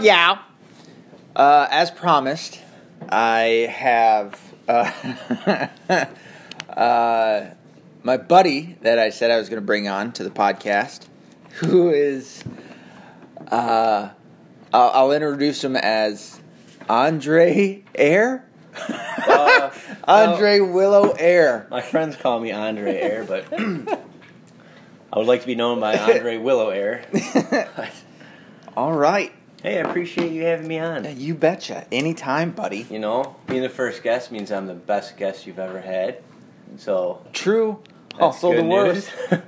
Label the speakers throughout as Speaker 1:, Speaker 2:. Speaker 1: Yeah. Uh, as promised, I have uh, uh, my buddy that I said I was going to bring on to the podcast, who is, uh, I'll, I'll introduce him as Andre Air.
Speaker 2: Uh,
Speaker 1: Andre Willow Air.
Speaker 2: My friends call me Andre Air, but I would like to be known by Andre Willow Air.
Speaker 1: All right.
Speaker 2: hey, I appreciate you having me on.
Speaker 1: You betcha. Anytime, buddy.
Speaker 2: You know, being the first guest means I'm the best guest you've ever had. So
Speaker 1: True.
Speaker 2: that's
Speaker 1: Also Oh, the
Speaker 2: good
Speaker 1: worst.
Speaker 2: news.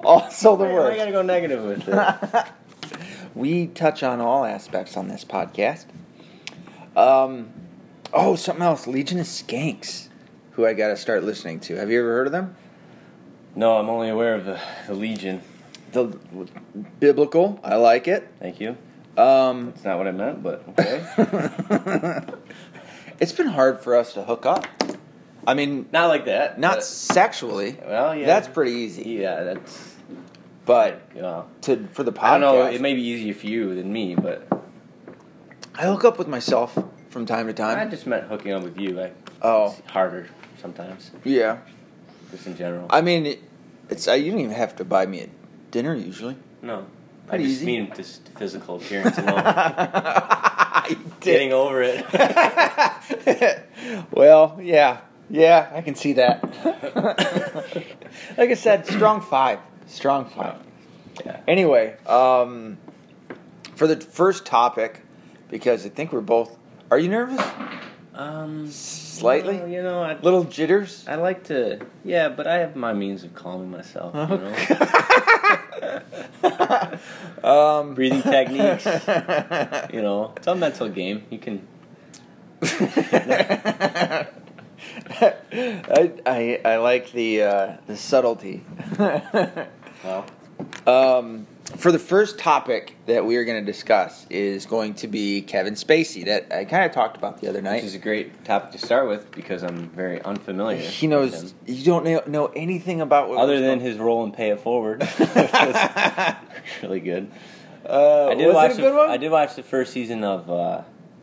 Speaker 1: Also the
Speaker 2: Why- why I
Speaker 1: worst.
Speaker 2: gotta go negative with this.
Speaker 1: we touch on all aspects on this podcast. Um, oh, something else. Legion of Skanks, who I got to start listening to. Have you ever heard of them?
Speaker 2: no, I'm only aware of the, the Legion.
Speaker 1: The biblical. I like it.
Speaker 2: Thank you.
Speaker 1: Um,
Speaker 2: It's not what I meant, but okay.
Speaker 1: it's been hard for us to hook up. I mean,
Speaker 2: not like that.
Speaker 1: not
Speaker 2: but-
Speaker 1: sexually.
Speaker 2: Well, yeah.
Speaker 1: That's pretty easy.
Speaker 2: Yeah, that's.
Speaker 1: But
Speaker 2: You know,
Speaker 1: to for the podcast,
Speaker 2: I don't know. It may be easier for you than me, but
Speaker 1: I hook up with myself from time to
Speaker 2: I
Speaker 1: time.
Speaker 2: just meant hooking up with you. I,
Speaker 1: Oh,
Speaker 2: It's harder sometimes,
Speaker 1: yeah.
Speaker 2: just in general.
Speaker 1: I mean, it- it's uh, you don't even have to buy me a dinner usually.
Speaker 2: no, I
Speaker 1: Pretty
Speaker 2: just
Speaker 1: easy.
Speaker 2: mean just physical appearance alone.
Speaker 1: I
Speaker 2: Getting over it.
Speaker 1: well, yeah, yeah, I can see that. like I said, strong five, strong five.
Speaker 2: Yeah.
Speaker 1: Anyway, um, for the first topic, because I think we're both. Are you nervous?
Speaker 2: Um,
Speaker 1: Slightly?
Speaker 2: well, you know, I,
Speaker 1: Little jitters.
Speaker 2: I like to. Yeah, but I have my means of calming myself. You know,
Speaker 1: Um,
Speaker 2: breathing techniques. You know, it's a mental game. You can.
Speaker 1: I, I I like the uh, the subtlety.
Speaker 2: Well,
Speaker 1: um, for the first topic that we are going to discuss is going to be Kevin Spacey that I kind of talked about the other
Speaker 2: which is
Speaker 1: night.
Speaker 2: a great topic to start with because I'm very unfamiliar.
Speaker 1: He
Speaker 2: with
Speaker 1: knows
Speaker 2: him.
Speaker 1: you don't know, know anything about what
Speaker 2: Other than his role in Pay It Forward, which was really good.
Speaker 1: uh,
Speaker 2: I did
Speaker 1: was
Speaker 2: watch
Speaker 1: it a
Speaker 2: the,
Speaker 1: good one?
Speaker 2: I did watch the first season of. uh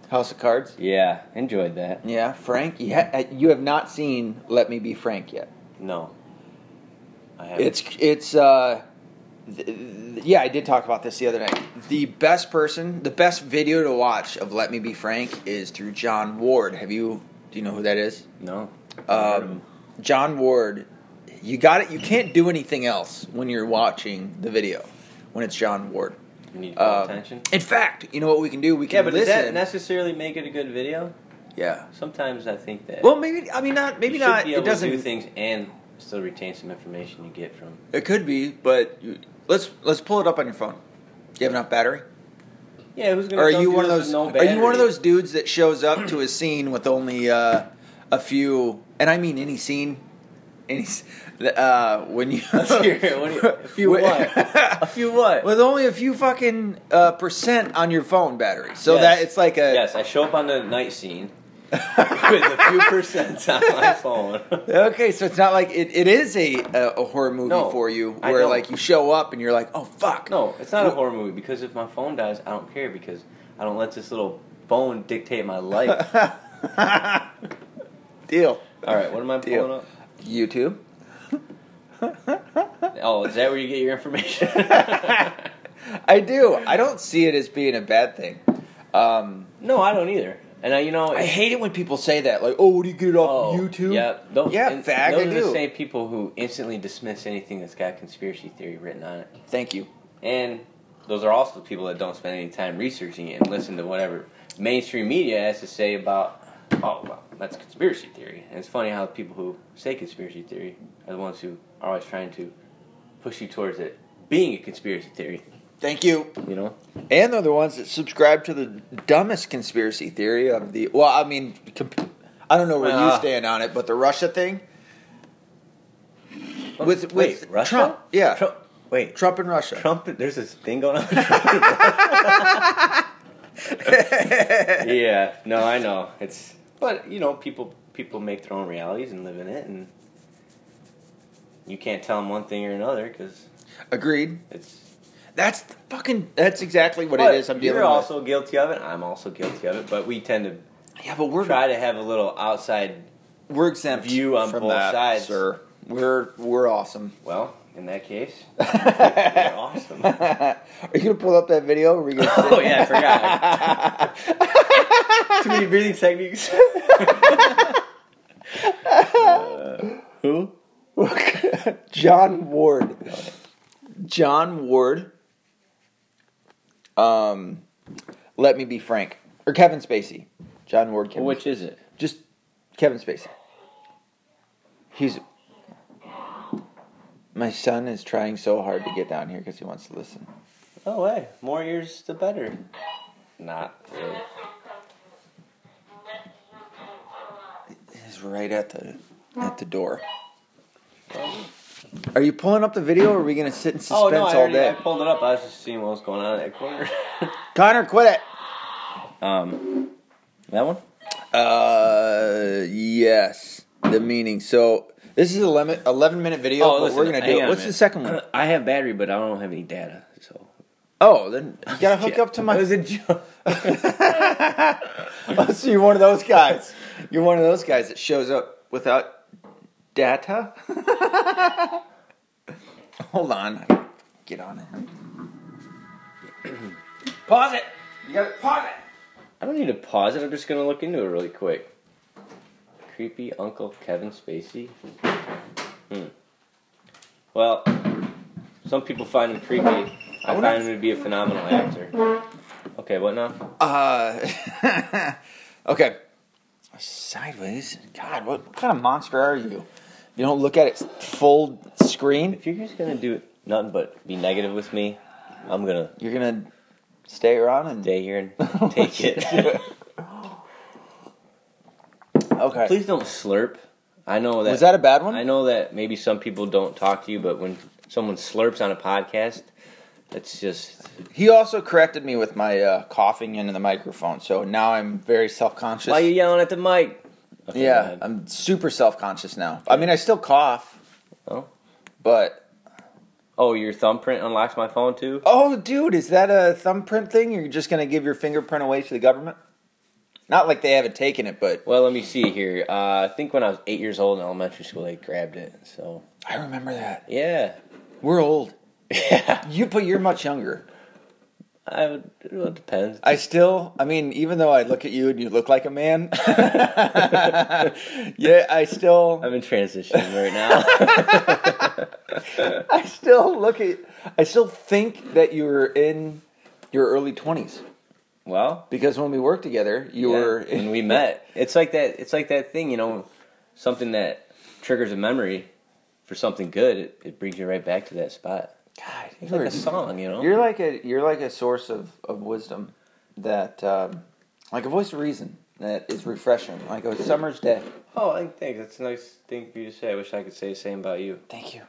Speaker 1: House of Cards.
Speaker 2: Yeah, enjoyed that.
Speaker 1: Yeah, Frank. You, ha- you have not seen Let Me Be Frank yet.
Speaker 2: No. I haven't.
Speaker 1: It's it's uh, th- th- yeah. I did talk about this the other night. The best person, the best video to watch of Let Me Be Frank is through John Ward. Have you? Do you know who that is?
Speaker 2: no.
Speaker 1: Um, John Ward. You got it. You can't do anything else when you're watching the video when it's John Ward.
Speaker 2: you need to call
Speaker 1: Um,
Speaker 2: attention.
Speaker 1: in fact, you know what we can do? We can
Speaker 2: Yeah, but does that
Speaker 1: listen.
Speaker 2: necessarily make it a good video?
Speaker 1: yeah.
Speaker 2: Sometimes I think that.
Speaker 1: Well, maybe I mean not. Maybe
Speaker 2: you should
Speaker 1: not.
Speaker 2: Be
Speaker 1: It
Speaker 2: able
Speaker 1: doesn't.
Speaker 2: to do things and still retain some information you get from.
Speaker 1: it could be, but you, let's let's pull it up on your phone. Do you have enough battery?
Speaker 2: Yeah, who's gonna?
Speaker 1: Or are
Speaker 2: go
Speaker 1: you
Speaker 2: do
Speaker 1: one of
Speaker 2: this with
Speaker 1: those?
Speaker 2: No
Speaker 1: are you one
Speaker 2: battery?
Speaker 1: of those dudes that shows up to a scene with only uh, a few, and I mean any scene, any s- uh, when you
Speaker 2: Let's hear it. What do you- a few
Speaker 1: When-
Speaker 2: what? A few what?
Speaker 1: with only a few fucking uh, percent on your phone battery, so that
Speaker 2: Yes.
Speaker 1: it's like a
Speaker 2: Yes, I show up on the night scene with a few percents on my phone.
Speaker 1: okay. So it's not like it, it is a, a a horror movie
Speaker 2: No,
Speaker 1: for you,
Speaker 2: I
Speaker 1: where
Speaker 2: don't.
Speaker 1: like you show up and you're like, oh fuck,
Speaker 2: No, it's not a horror movie because if my phone dies, I don't care because I don't let this little phone dictate my life.
Speaker 1: deal.
Speaker 2: All right, what am I
Speaker 1: Deal.
Speaker 2: pulling up?
Speaker 1: YouTube.
Speaker 2: Oh, is that where you get your information?
Speaker 1: I do. I don't see it as being a bad thing. Um,
Speaker 2: no, I don't either. And I, you know,
Speaker 1: I hate it when people say that, like, "Oh, what do you get it off
Speaker 2: oh,
Speaker 1: of YouTube?"
Speaker 2: Yeah, those,
Speaker 1: Yeah,
Speaker 2: and
Speaker 1: fag,
Speaker 2: Those
Speaker 1: I
Speaker 2: are
Speaker 1: do.
Speaker 2: the same people who instantly dismiss anything that's got conspiracy theory written on it.
Speaker 1: Thank you.
Speaker 2: And those are also the people that don't spend any time researching it and listen to whatever mainstream media has to say about. Oh, well, that's conspiracy theory. And it's funny how the people who say conspiracy theory are the ones who are always trying to push you towards it being a conspiracy theory.
Speaker 1: Thank you.
Speaker 2: You know.
Speaker 1: And they're the ones that subscribe to the dumbest conspiracy theory of the. Well, I mean, comp- I don't know where you
Speaker 2: Uh.
Speaker 1: stand on it, but the Russia thing with with
Speaker 2: Oh, Wait, Russia?
Speaker 1: Trump, yeah, Trump,
Speaker 2: Trump. Wait,
Speaker 1: and Russia.
Speaker 2: Trump, there's this thing going on. with Trump. yeah, no, I know. It's but you know, people people make their own realities and live in it, and you can't tell them one thing or another because
Speaker 1: Agreed.
Speaker 2: it's
Speaker 1: That's the fucking. That's exactly what
Speaker 2: But
Speaker 1: it is. I'm dealing
Speaker 2: you're
Speaker 1: with.
Speaker 2: also guilty of it. I'm also guilty of it. But we tend to
Speaker 1: yeah, but we're
Speaker 2: try to have a little outside.
Speaker 1: we're exempt
Speaker 2: view on
Speaker 1: from
Speaker 2: both
Speaker 1: that,
Speaker 2: sides.
Speaker 1: sir. We're we're awesome.
Speaker 2: Well, in that case,
Speaker 1: Are
Speaker 2: you're awesome.
Speaker 1: you gonna pull up that video? Or are we gonna?
Speaker 2: Oh yeah, I forgot. Too many breathing techniques. who?
Speaker 1: John Ward. John Ward. Um, let me be frank. Or Kevin Spacey. John Ward. Kevin.
Speaker 2: Which is it?
Speaker 1: Just Kevin Spacey. He's. My son is trying so hard to get down here because he wants to listen.
Speaker 2: Oh way, more ears the better. Not really.
Speaker 1: He's right at the at the door. Are you pulling up the video? or Are we gonna sit in suspense
Speaker 2: Oh no, I,
Speaker 1: all
Speaker 2: already, I
Speaker 1: day?
Speaker 2: pulled it up. I was just seeing what was going on in that corner.
Speaker 1: Connor, quit it.
Speaker 2: um, that one.
Speaker 1: Uh, yes, the meaning. So this is a lemon, eleven minute video. but
Speaker 2: Oh, listen,
Speaker 1: we're gonna
Speaker 2: hang
Speaker 1: do.
Speaker 2: on
Speaker 1: It.
Speaker 2: a
Speaker 1: What's the
Speaker 2: minute.
Speaker 1: second one?
Speaker 2: I have battery, but I don't have any data. So
Speaker 1: Oh, then you gotta hook up to my.
Speaker 2: It was a joke.
Speaker 1: Oh, so you're one of those guys. You're one of those guys that shows up without data. Hold on, get on it.
Speaker 2: Pause it.
Speaker 1: You gotta pause it.
Speaker 2: I don't need to pause it. I'm just gonna look into it really quick. Creepy Uncle Kevin Spacey. Hmm. Well, some people find him creepy. I
Speaker 1: Oh,
Speaker 2: find him to be a phenomenal actor. Okay, what now?
Speaker 1: Uh, okay. Sideways. God, what, what kind of monster are you? You don't look at it full screen.
Speaker 2: If you're just gonna do nothing but be negative with me, I'm gonna
Speaker 1: You're gonna stay around and
Speaker 2: stay here and take it.
Speaker 1: okay.
Speaker 2: Please don't slurp. I know that.
Speaker 1: Was that a bad one?
Speaker 2: I know that maybe some people don't talk to you, but when someone slurps on a podcast, it's just
Speaker 1: He also corrected me with my uh, coughing into the microphone, so now I'm very self conscious.
Speaker 2: why are you yelling at the mic. Okay, go
Speaker 1: yeah,
Speaker 2: ahead.
Speaker 1: I'm super self conscious now. I mean, I still cough,
Speaker 2: Oh.
Speaker 1: but
Speaker 2: Oh, your thumbprint unlocks my phone too.
Speaker 1: oh, dude, is that a thumbprint thing? You're just gonna give your fingerprint away to the government? Not like they haven't taken it, but
Speaker 2: Well, let me see here. Uh, I think when I was eight years old in elementary school, they grabbed it. So
Speaker 1: I remember that.
Speaker 2: yeah,
Speaker 1: We're old.
Speaker 2: yeah.
Speaker 1: You, but you're much younger.
Speaker 2: I would, well, it depends.
Speaker 1: I still, I mean, even though I look at you and you look like a man, yeah, I still,
Speaker 2: I'm in transition right now.
Speaker 1: I still look at, I still think that you were in your early twenties
Speaker 2: well,
Speaker 1: because when we worked together, you
Speaker 2: yeah,
Speaker 1: were.
Speaker 2: when we met, it's like that. It's like that thing, you know, something that triggers a memory for something good. It, it brings you right back to that spot.
Speaker 1: God, you
Speaker 2: It's like
Speaker 1: were,
Speaker 2: a song, you know.
Speaker 1: you're like a, you're like a source of of wisdom that, um, like a voice of reason that is refreshing, like a summer's day.
Speaker 2: oh, I think that's a nice thing for you to say. I wish I could say the same about you.
Speaker 1: Thank you,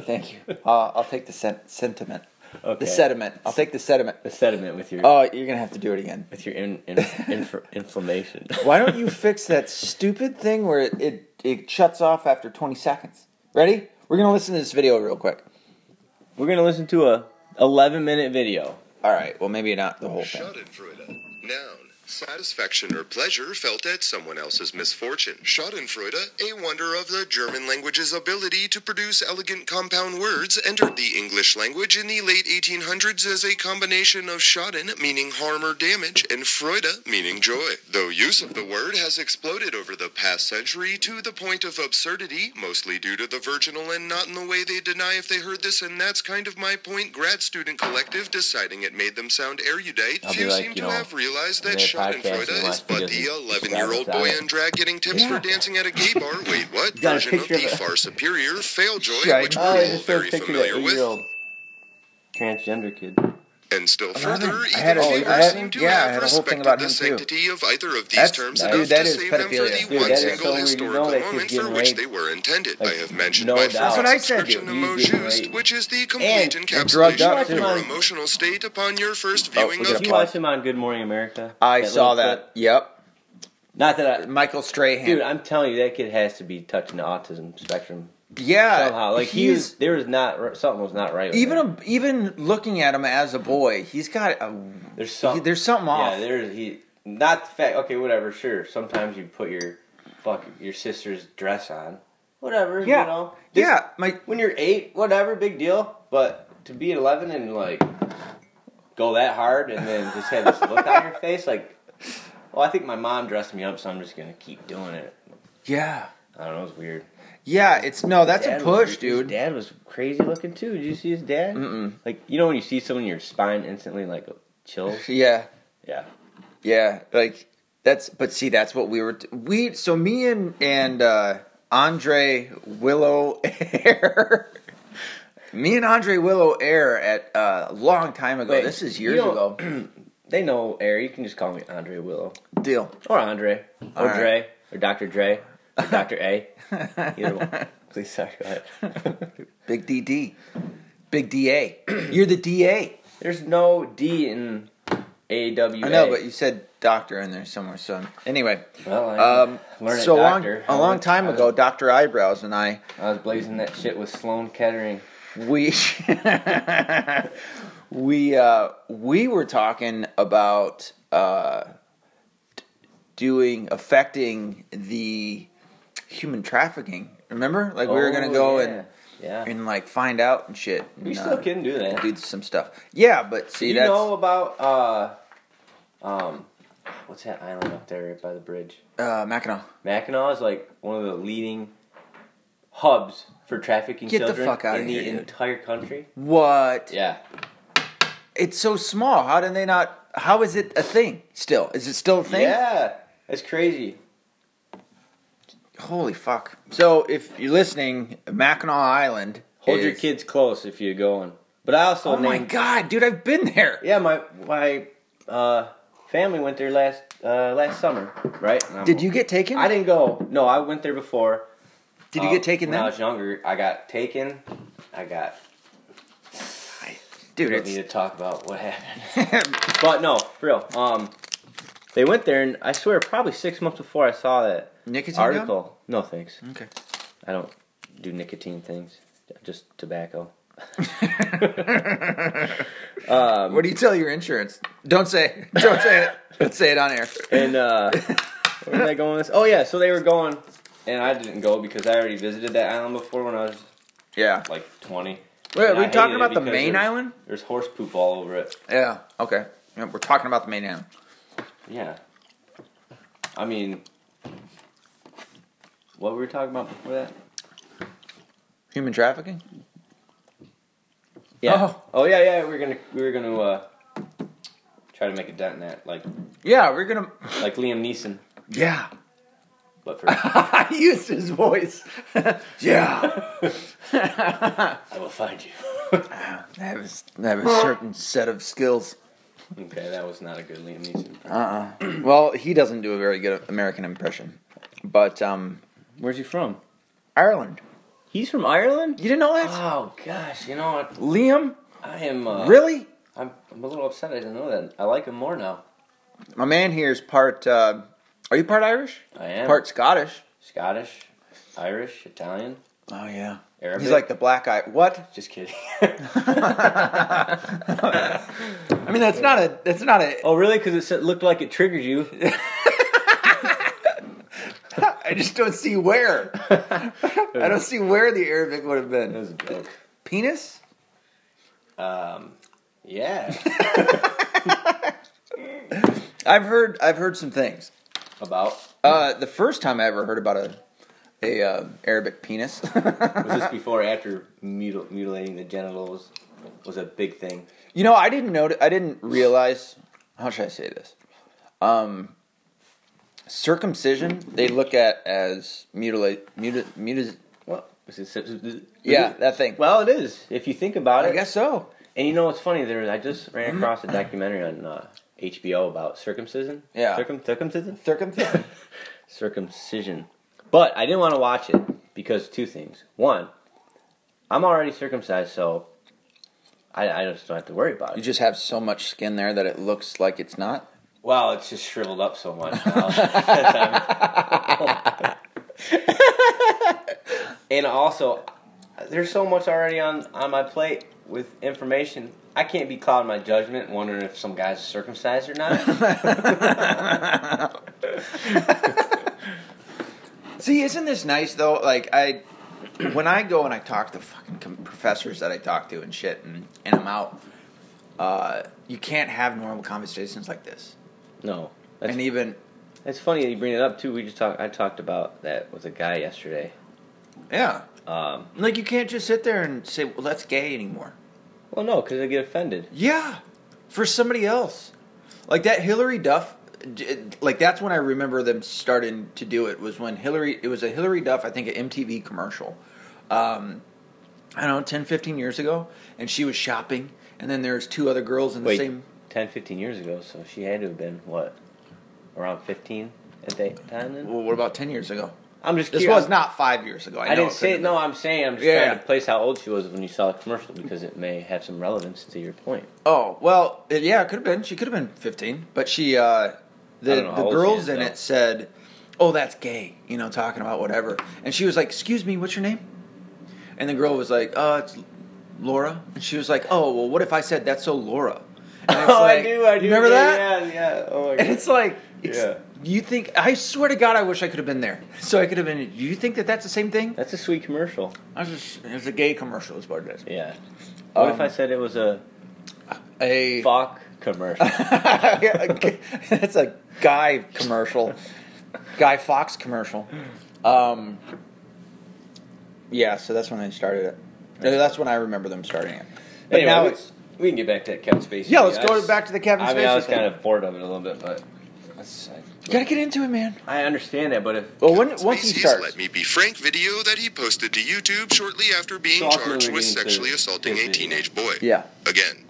Speaker 1: thank you. Uh, I'll take the sen- sentiment,
Speaker 2: Okay.
Speaker 1: the sediment. I'll take the sediment.
Speaker 2: The sediment with your
Speaker 1: Oh, you're gonna have to do it again.
Speaker 2: with your in, in, inf- inflammation.
Speaker 1: Why don't you fix that stupid thing where it, it, it shuts off after 20 seconds? Ready? We're gonna listen to this video real quick.
Speaker 2: We're gonna listen to a 11 minute video.
Speaker 1: All right. Well, maybe not the whole thing.
Speaker 3: Schadenfreude. Noun. Satisfaction or pleasure felt at someone else's misfortune. Schadenfreude, a wonder of the German language's ability to produce elegant compound words, entered the English language in the late 1800s as a combination of Schaden, meaning harm or damage, and Freude, meaning joy. Though use of the word has exploded over the past century to the point of absurdity, mostly due to the virginal and not in the way they deny if they heard this and that's kind of my point. Grad student collective deciding it made them sound erudite.
Speaker 2: I'll be
Speaker 3: Few
Speaker 2: like,
Speaker 3: seem
Speaker 2: you
Speaker 3: to
Speaker 2: know,
Speaker 3: have realized
Speaker 2: in
Speaker 3: that
Speaker 2: their podcast,
Speaker 3: Schadenfreude
Speaker 2: and
Speaker 3: is
Speaker 2: watch
Speaker 3: but
Speaker 2: videos
Speaker 3: the
Speaker 2: and
Speaker 3: 11 year old
Speaker 2: describe
Speaker 3: boy
Speaker 2: it.
Speaker 3: on drag getting tips
Speaker 1: Yeah.
Speaker 3: for dancing at a gay bar. Wait, what?
Speaker 2: Got a
Speaker 3: Version of
Speaker 2: picture of
Speaker 3: the
Speaker 2: it.
Speaker 3: far superior Failjoy, which
Speaker 1: Oh,
Speaker 3: we're all very familiar with.
Speaker 2: transgender kid.
Speaker 3: And still
Speaker 1: Eleven.
Speaker 3: further,
Speaker 1: I had
Speaker 3: even
Speaker 1: a- I
Speaker 3: figures
Speaker 1: had-
Speaker 3: seem to
Speaker 1: yeah, I
Speaker 3: have
Speaker 1: had a whole thing
Speaker 3: respected
Speaker 1: about
Speaker 3: the
Speaker 1: him, too.
Speaker 3: sanctity of either of these
Speaker 1: That's-
Speaker 3: terms
Speaker 1: dude,
Speaker 3: enough
Speaker 1: that
Speaker 3: to
Speaker 1: is
Speaker 3: save them for
Speaker 1: pedophilia.
Speaker 3: the
Speaker 1: Dude,
Speaker 3: one
Speaker 2: that is so
Speaker 3: single
Speaker 2: weird. You know
Speaker 3: historical
Speaker 2: that
Speaker 3: moment
Speaker 2: kid's
Speaker 3: for
Speaker 2: getting
Speaker 3: which
Speaker 2: raped.
Speaker 3: they were intended.
Speaker 2: Like,
Speaker 3: I have mentioned
Speaker 2: no
Speaker 3: by
Speaker 2: doubt.
Speaker 3: full
Speaker 2: That's what I
Speaker 1: said, dude.
Speaker 3: subscription
Speaker 2: He's
Speaker 3: mot
Speaker 2: getting
Speaker 3: juste,
Speaker 2: raped.
Speaker 3: which is the complete
Speaker 2: and
Speaker 1: drugged up,
Speaker 3: encapsulation
Speaker 2: too.
Speaker 3: of your emotional state upon your first
Speaker 1: Oh,
Speaker 3: viewing
Speaker 1: we
Speaker 3: of
Speaker 1: got
Speaker 2: Did you watch him on Good Morning America?
Speaker 1: I
Speaker 2: That
Speaker 1: saw
Speaker 2: little clip?
Speaker 1: that. Yep.
Speaker 2: Not that I,
Speaker 1: Michael Strahan.
Speaker 2: dude. I'm telling you, that kid has to be touching the autism spectrum
Speaker 1: yeah,
Speaker 2: somehow. Like he was, there was not something was not right. With
Speaker 1: even
Speaker 2: him.
Speaker 1: a, even looking at him as a boy, he's got a
Speaker 2: there's something
Speaker 1: there's something off.
Speaker 2: Yeah, there's he not the fact. Okay, whatever. Sure, sometimes you put your fuck your sister's dress on. Whatever.
Speaker 1: Yeah.
Speaker 2: You know. Just-
Speaker 1: yeah, my
Speaker 2: When you're eight, whatever, big deal. But to be at eleven and like go that hard and then just have this look on your face, like, well, I think my mom dressed me up, so I'm just gonna keep doing it.
Speaker 1: yeah.
Speaker 2: I don't know. It's weird.
Speaker 1: Yeah, it's no, that's
Speaker 2: Dad
Speaker 1: a
Speaker 2: was-
Speaker 1: push,
Speaker 2: his
Speaker 1: dude.
Speaker 2: dad was crazy looking too. Did you see his dad?
Speaker 1: Mm-mm.
Speaker 2: Like you know when you see someone, your spine instantly like chills.
Speaker 1: Yeah,
Speaker 2: Yeah.
Speaker 1: yeah, like that's. But see, that's what we were. T- we so me and and uh, Andre Willow Air. me and Andre Willow Air at a long time ago.
Speaker 2: Wait,
Speaker 1: this is
Speaker 2: you
Speaker 1: years
Speaker 2: know-
Speaker 1: ago.
Speaker 2: They know air. You can just call me Andre Willow
Speaker 1: Deal.
Speaker 2: or Andre
Speaker 1: All
Speaker 2: or
Speaker 1: right.
Speaker 2: Dre or Doctor Dre or Doctor A. Either one. Please, sorry. Go ahead.
Speaker 1: Big DD. Big DA. You're the DA.
Speaker 2: There's no D in A W.
Speaker 1: I know, but you said doctor in there somewhere. So anyway,
Speaker 2: well, I
Speaker 1: um,
Speaker 2: learned
Speaker 1: so
Speaker 2: it,
Speaker 1: long,
Speaker 2: doctor.
Speaker 1: a
Speaker 2: I
Speaker 1: long
Speaker 2: was-
Speaker 1: time
Speaker 2: I was-
Speaker 1: ago, Doctor Eyebrows and I.
Speaker 2: I was blazing that shit with Sloan Kettering.
Speaker 1: we we uh, we were talking about uh, d- doing affecting the human trafficking. Remember, like we were gonna
Speaker 2: Oh,
Speaker 1: go
Speaker 2: yeah. yeah.
Speaker 1: and and like find out and shit. And,
Speaker 2: we still
Speaker 1: uh,
Speaker 2: can do that.
Speaker 1: do some stuff. Yeah, but see
Speaker 2: you
Speaker 1: that's
Speaker 2: know about uh, um, what's that island up there right by the bridge?
Speaker 1: uh, Mackinac.
Speaker 2: Mackinac is like one of the leading hubs for trafficking
Speaker 1: Get the
Speaker 2: children
Speaker 1: fuck outta
Speaker 2: in
Speaker 1: here,
Speaker 2: the
Speaker 1: dude.
Speaker 2: entire country.
Speaker 1: What?
Speaker 2: Yeah,
Speaker 1: It's so small. How did they not? How is it a thing still? Is it still a thing?
Speaker 2: yeah, that's crazy.
Speaker 1: Holy fuck! So if you're listening, Mackinac Island.
Speaker 2: Hold your
Speaker 1: is-
Speaker 2: kids close if you're going. But I also
Speaker 1: Oh
Speaker 2: named,
Speaker 1: my god, dude! I've been there.
Speaker 2: yeah, my my uh, family went there last uh, last summer, right? And I'm-
Speaker 1: Did you get taken?
Speaker 2: I didn't go. No, I went there before.
Speaker 1: Did you
Speaker 2: Um,
Speaker 1: get taken
Speaker 2: when
Speaker 1: then?
Speaker 2: I was younger? I got taken. I got.
Speaker 1: Dude,
Speaker 2: We don't need
Speaker 1: it's
Speaker 2: to talk about what happened. But no, for real. Um, they went there, and I swear, probably six months before I saw that
Speaker 1: nicotine
Speaker 2: article. No thanks.
Speaker 1: gum? Okay.
Speaker 2: I don't do nicotine things. Just tobacco.
Speaker 1: What do you tell your insurance? Don't say. Don't say it. Don't say it on air.
Speaker 2: And uh, where was I going with this? Oh yeah, so they were going, and I didn't go because I already visited that island before when I was
Speaker 1: Yeah.
Speaker 2: like twenty.
Speaker 1: Wait,
Speaker 2: And
Speaker 1: are we
Speaker 2: I hated
Speaker 1: talking
Speaker 2: it
Speaker 1: about the
Speaker 2: because
Speaker 1: main
Speaker 2: there's-
Speaker 1: island?
Speaker 2: There's horse poop all over it.
Speaker 1: Yeah. Okay. Yeah, we're talking about the main island.
Speaker 2: Yeah. I mean, what were we talking about before that?
Speaker 1: Human trafficking.
Speaker 2: Yeah.
Speaker 1: Oh.
Speaker 2: Oh, yeah, yeah. We were gonna we were gonna uh, try to make a dent in that, like
Speaker 1: Yeah, we're gonna.
Speaker 2: like Liam Neeson,
Speaker 1: Yeah.
Speaker 2: but for I
Speaker 1: I used his voice. yeah.
Speaker 2: will find you.
Speaker 1: I have, a s- I have a certain set of skills.
Speaker 2: okay, that was not a good Liam Neeson.
Speaker 1: Uh uh Well, he doesn't do a very good American impression. But, um,
Speaker 2: Where's he from?
Speaker 1: Ireland.
Speaker 2: He's from Ireland.
Speaker 1: You didn't know that?
Speaker 2: Oh gosh, you know what?
Speaker 1: Liam?
Speaker 2: I am uh,
Speaker 1: Really?
Speaker 2: I'm, I'm a little upset. I didn't know that. I like him more now.
Speaker 1: My man here is part. Uh, are you part Irish?
Speaker 2: I am
Speaker 1: Part Scottish.
Speaker 2: Scottish, Irish, Italian,
Speaker 1: Oh yeah.
Speaker 2: Arabic.
Speaker 1: He's like the black eye. What?
Speaker 2: just kidding.
Speaker 1: I mean, that's not a. That's not a.
Speaker 2: oh really? Because it said- looked like it triggered you.
Speaker 1: I just don't see where. I don't see where the Arabic would have
Speaker 2: That
Speaker 1: been.
Speaker 2: was a joke.
Speaker 1: Penis.
Speaker 2: Um, yeah.
Speaker 1: I've heard. I've heard some things.
Speaker 2: About
Speaker 1: Uh, the first time I ever heard about a a uh, Arabic penis.
Speaker 2: Was this before or after mutil- mutilating the genitals was a big thing?
Speaker 1: you know, I didn't know. I didn't realize. How should I say this? Um, circumcision they look at as mutilate muti- muti-
Speaker 2: What? Was it, was it-
Speaker 1: Yeah, that thing.
Speaker 2: Well, it is. If you think about it.
Speaker 1: I guess so.
Speaker 2: And you know what's funny? There, I just ran
Speaker 1: Mm-hmm.
Speaker 2: across a documentary on uh, HBO about circumcision.
Speaker 1: Yeah.
Speaker 2: Circum- circumcision?
Speaker 1: Circumcision.
Speaker 2: Circumcision. But I didn't want to watch it because two things. One, I'm already circumcised, so I, I just don't have to worry about
Speaker 1: you
Speaker 2: it.
Speaker 1: just have so much skin there that it looks like it's not.
Speaker 2: Well, it's just shriveled up so much now. And also, there's so much already on, on my plate with information. I can't be clouding my judgment, wondering if some guy's circumcised or not.
Speaker 1: See, isn't this nice though? Like I, when I go and I talk to fucking com- professors that I talk to and shit, and and I'm out, uh, you can't have normal conversations like this.
Speaker 2: no. That's,
Speaker 1: and even
Speaker 2: it's funny that you bring it up too. We just talked. I talked about that with a guy yesterday.
Speaker 1: yeah,
Speaker 2: Um,
Speaker 1: like you can't just sit there and say well, that's gay anymore.
Speaker 2: well, no, because I get offended.
Speaker 1: Yeah, for somebody else, like that Hillary Duff. d- Like that's when I remember them starting to do it was when Hillary. It was a Hillary Duff, I think, an MTV commercial. Um, I don't know, 10, 15 years ago, and she was shopping, and then there's two other girls in the
Speaker 2: Wait,
Speaker 1: same.
Speaker 2: 10, 15 years ago, so she had to have been what, around fifteen at that time. Then
Speaker 1: Well, what about ten years ago?
Speaker 2: I'm just.
Speaker 1: This
Speaker 2: curious.
Speaker 1: was not five years ago. I,
Speaker 2: I,
Speaker 1: know
Speaker 2: didn't
Speaker 1: it
Speaker 2: say
Speaker 1: couldn't
Speaker 2: no.
Speaker 1: have
Speaker 2: I'm saying I'm just
Speaker 1: Yeah,
Speaker 2: trying
Speaker 1: yeah.
Speaker 2: to place how old she was when you saw the commercial because it may have some relevance to your point.
Speaker 1: been. Oh well, it, yeah, it could have been. She could have been fifteen, but she, uh,
Speaker 2: I
Speaker 1: the
Speaker 2: don't know how
Speaker 1: the
Speaker 2: old she
Speaker 1: girls
Speaker 2: is,
Speaker 1: in
Speaker 2: though.
Speaker 1: it said, "Oh, that's gay," you know, talking about whatever, and she was like, "Excuse me, what's your name?" And the girl was like, "Uh, it's Laura," and she was like, "Oh, well, what if I said that's so Laura?" And
Speaker 2: Oh,
Speaker 1: it's like- Remember that?
Speaker 2: Yeah, yeah. Oh my
Speaker 1: And it's like, it's,
Speaker 2: Yeah.
Speaker 1: you think? I swear to God, I wish I could have been there, so I could have been. Do you think that that's the same thing?
Speaker 2: that's a sweet commercial.
Speaker 1: I was just, it was a gay commercial, is what it is.
Speaker 2: Yeah. What if
Speaker 1: Um,
Speaker 2: I said it was a
Speaker 1: A
Speaker 2: fuck commercial?
Speaker 1: That's a guy commercial, Guy Fox commercial. Um, yeah, so that's when they started it. No, That's when I remember them starting it. But
Speaker 2: anyway,
Speaker 1: now
Speaker 2: we-
Speaker 1: it's
Speaker 2: we can get back to that Kevin Spacey.
Speaker 1: Yeah, let's
Speaker 2: thing. I
Speaker 1: go
Speaker 2: was-
Speaker 1: back to the Kevin
Speaker 2: I mean, I
Speaker 1: Spacey
Speaker 2: was kind
Speaker 1: thing.
Speaker 2: of bored of it a little bit, but that's,
Speaker 1: you gotta get into it, man.
Speaker 2: I, I understand that. But if
Speaker 1: Well, when, once he
Speaker 3: Spacey's
Speaker 1: starts,
Speaker 3: Let Me Be Frank video that he posted to YouTube shortly after being
Speaker 2: So ultimately
Speaker 3: charged
Speaker 2: we
Speaker 3: with
Speaker 2: need to
Speaker 3: sexually assaulting
Speaker 2: get
Speaker 3: a
Speaker 2: the-
Speaker 3: teenage boy.
Speaker 1: yeah,
Speaker 3: Again.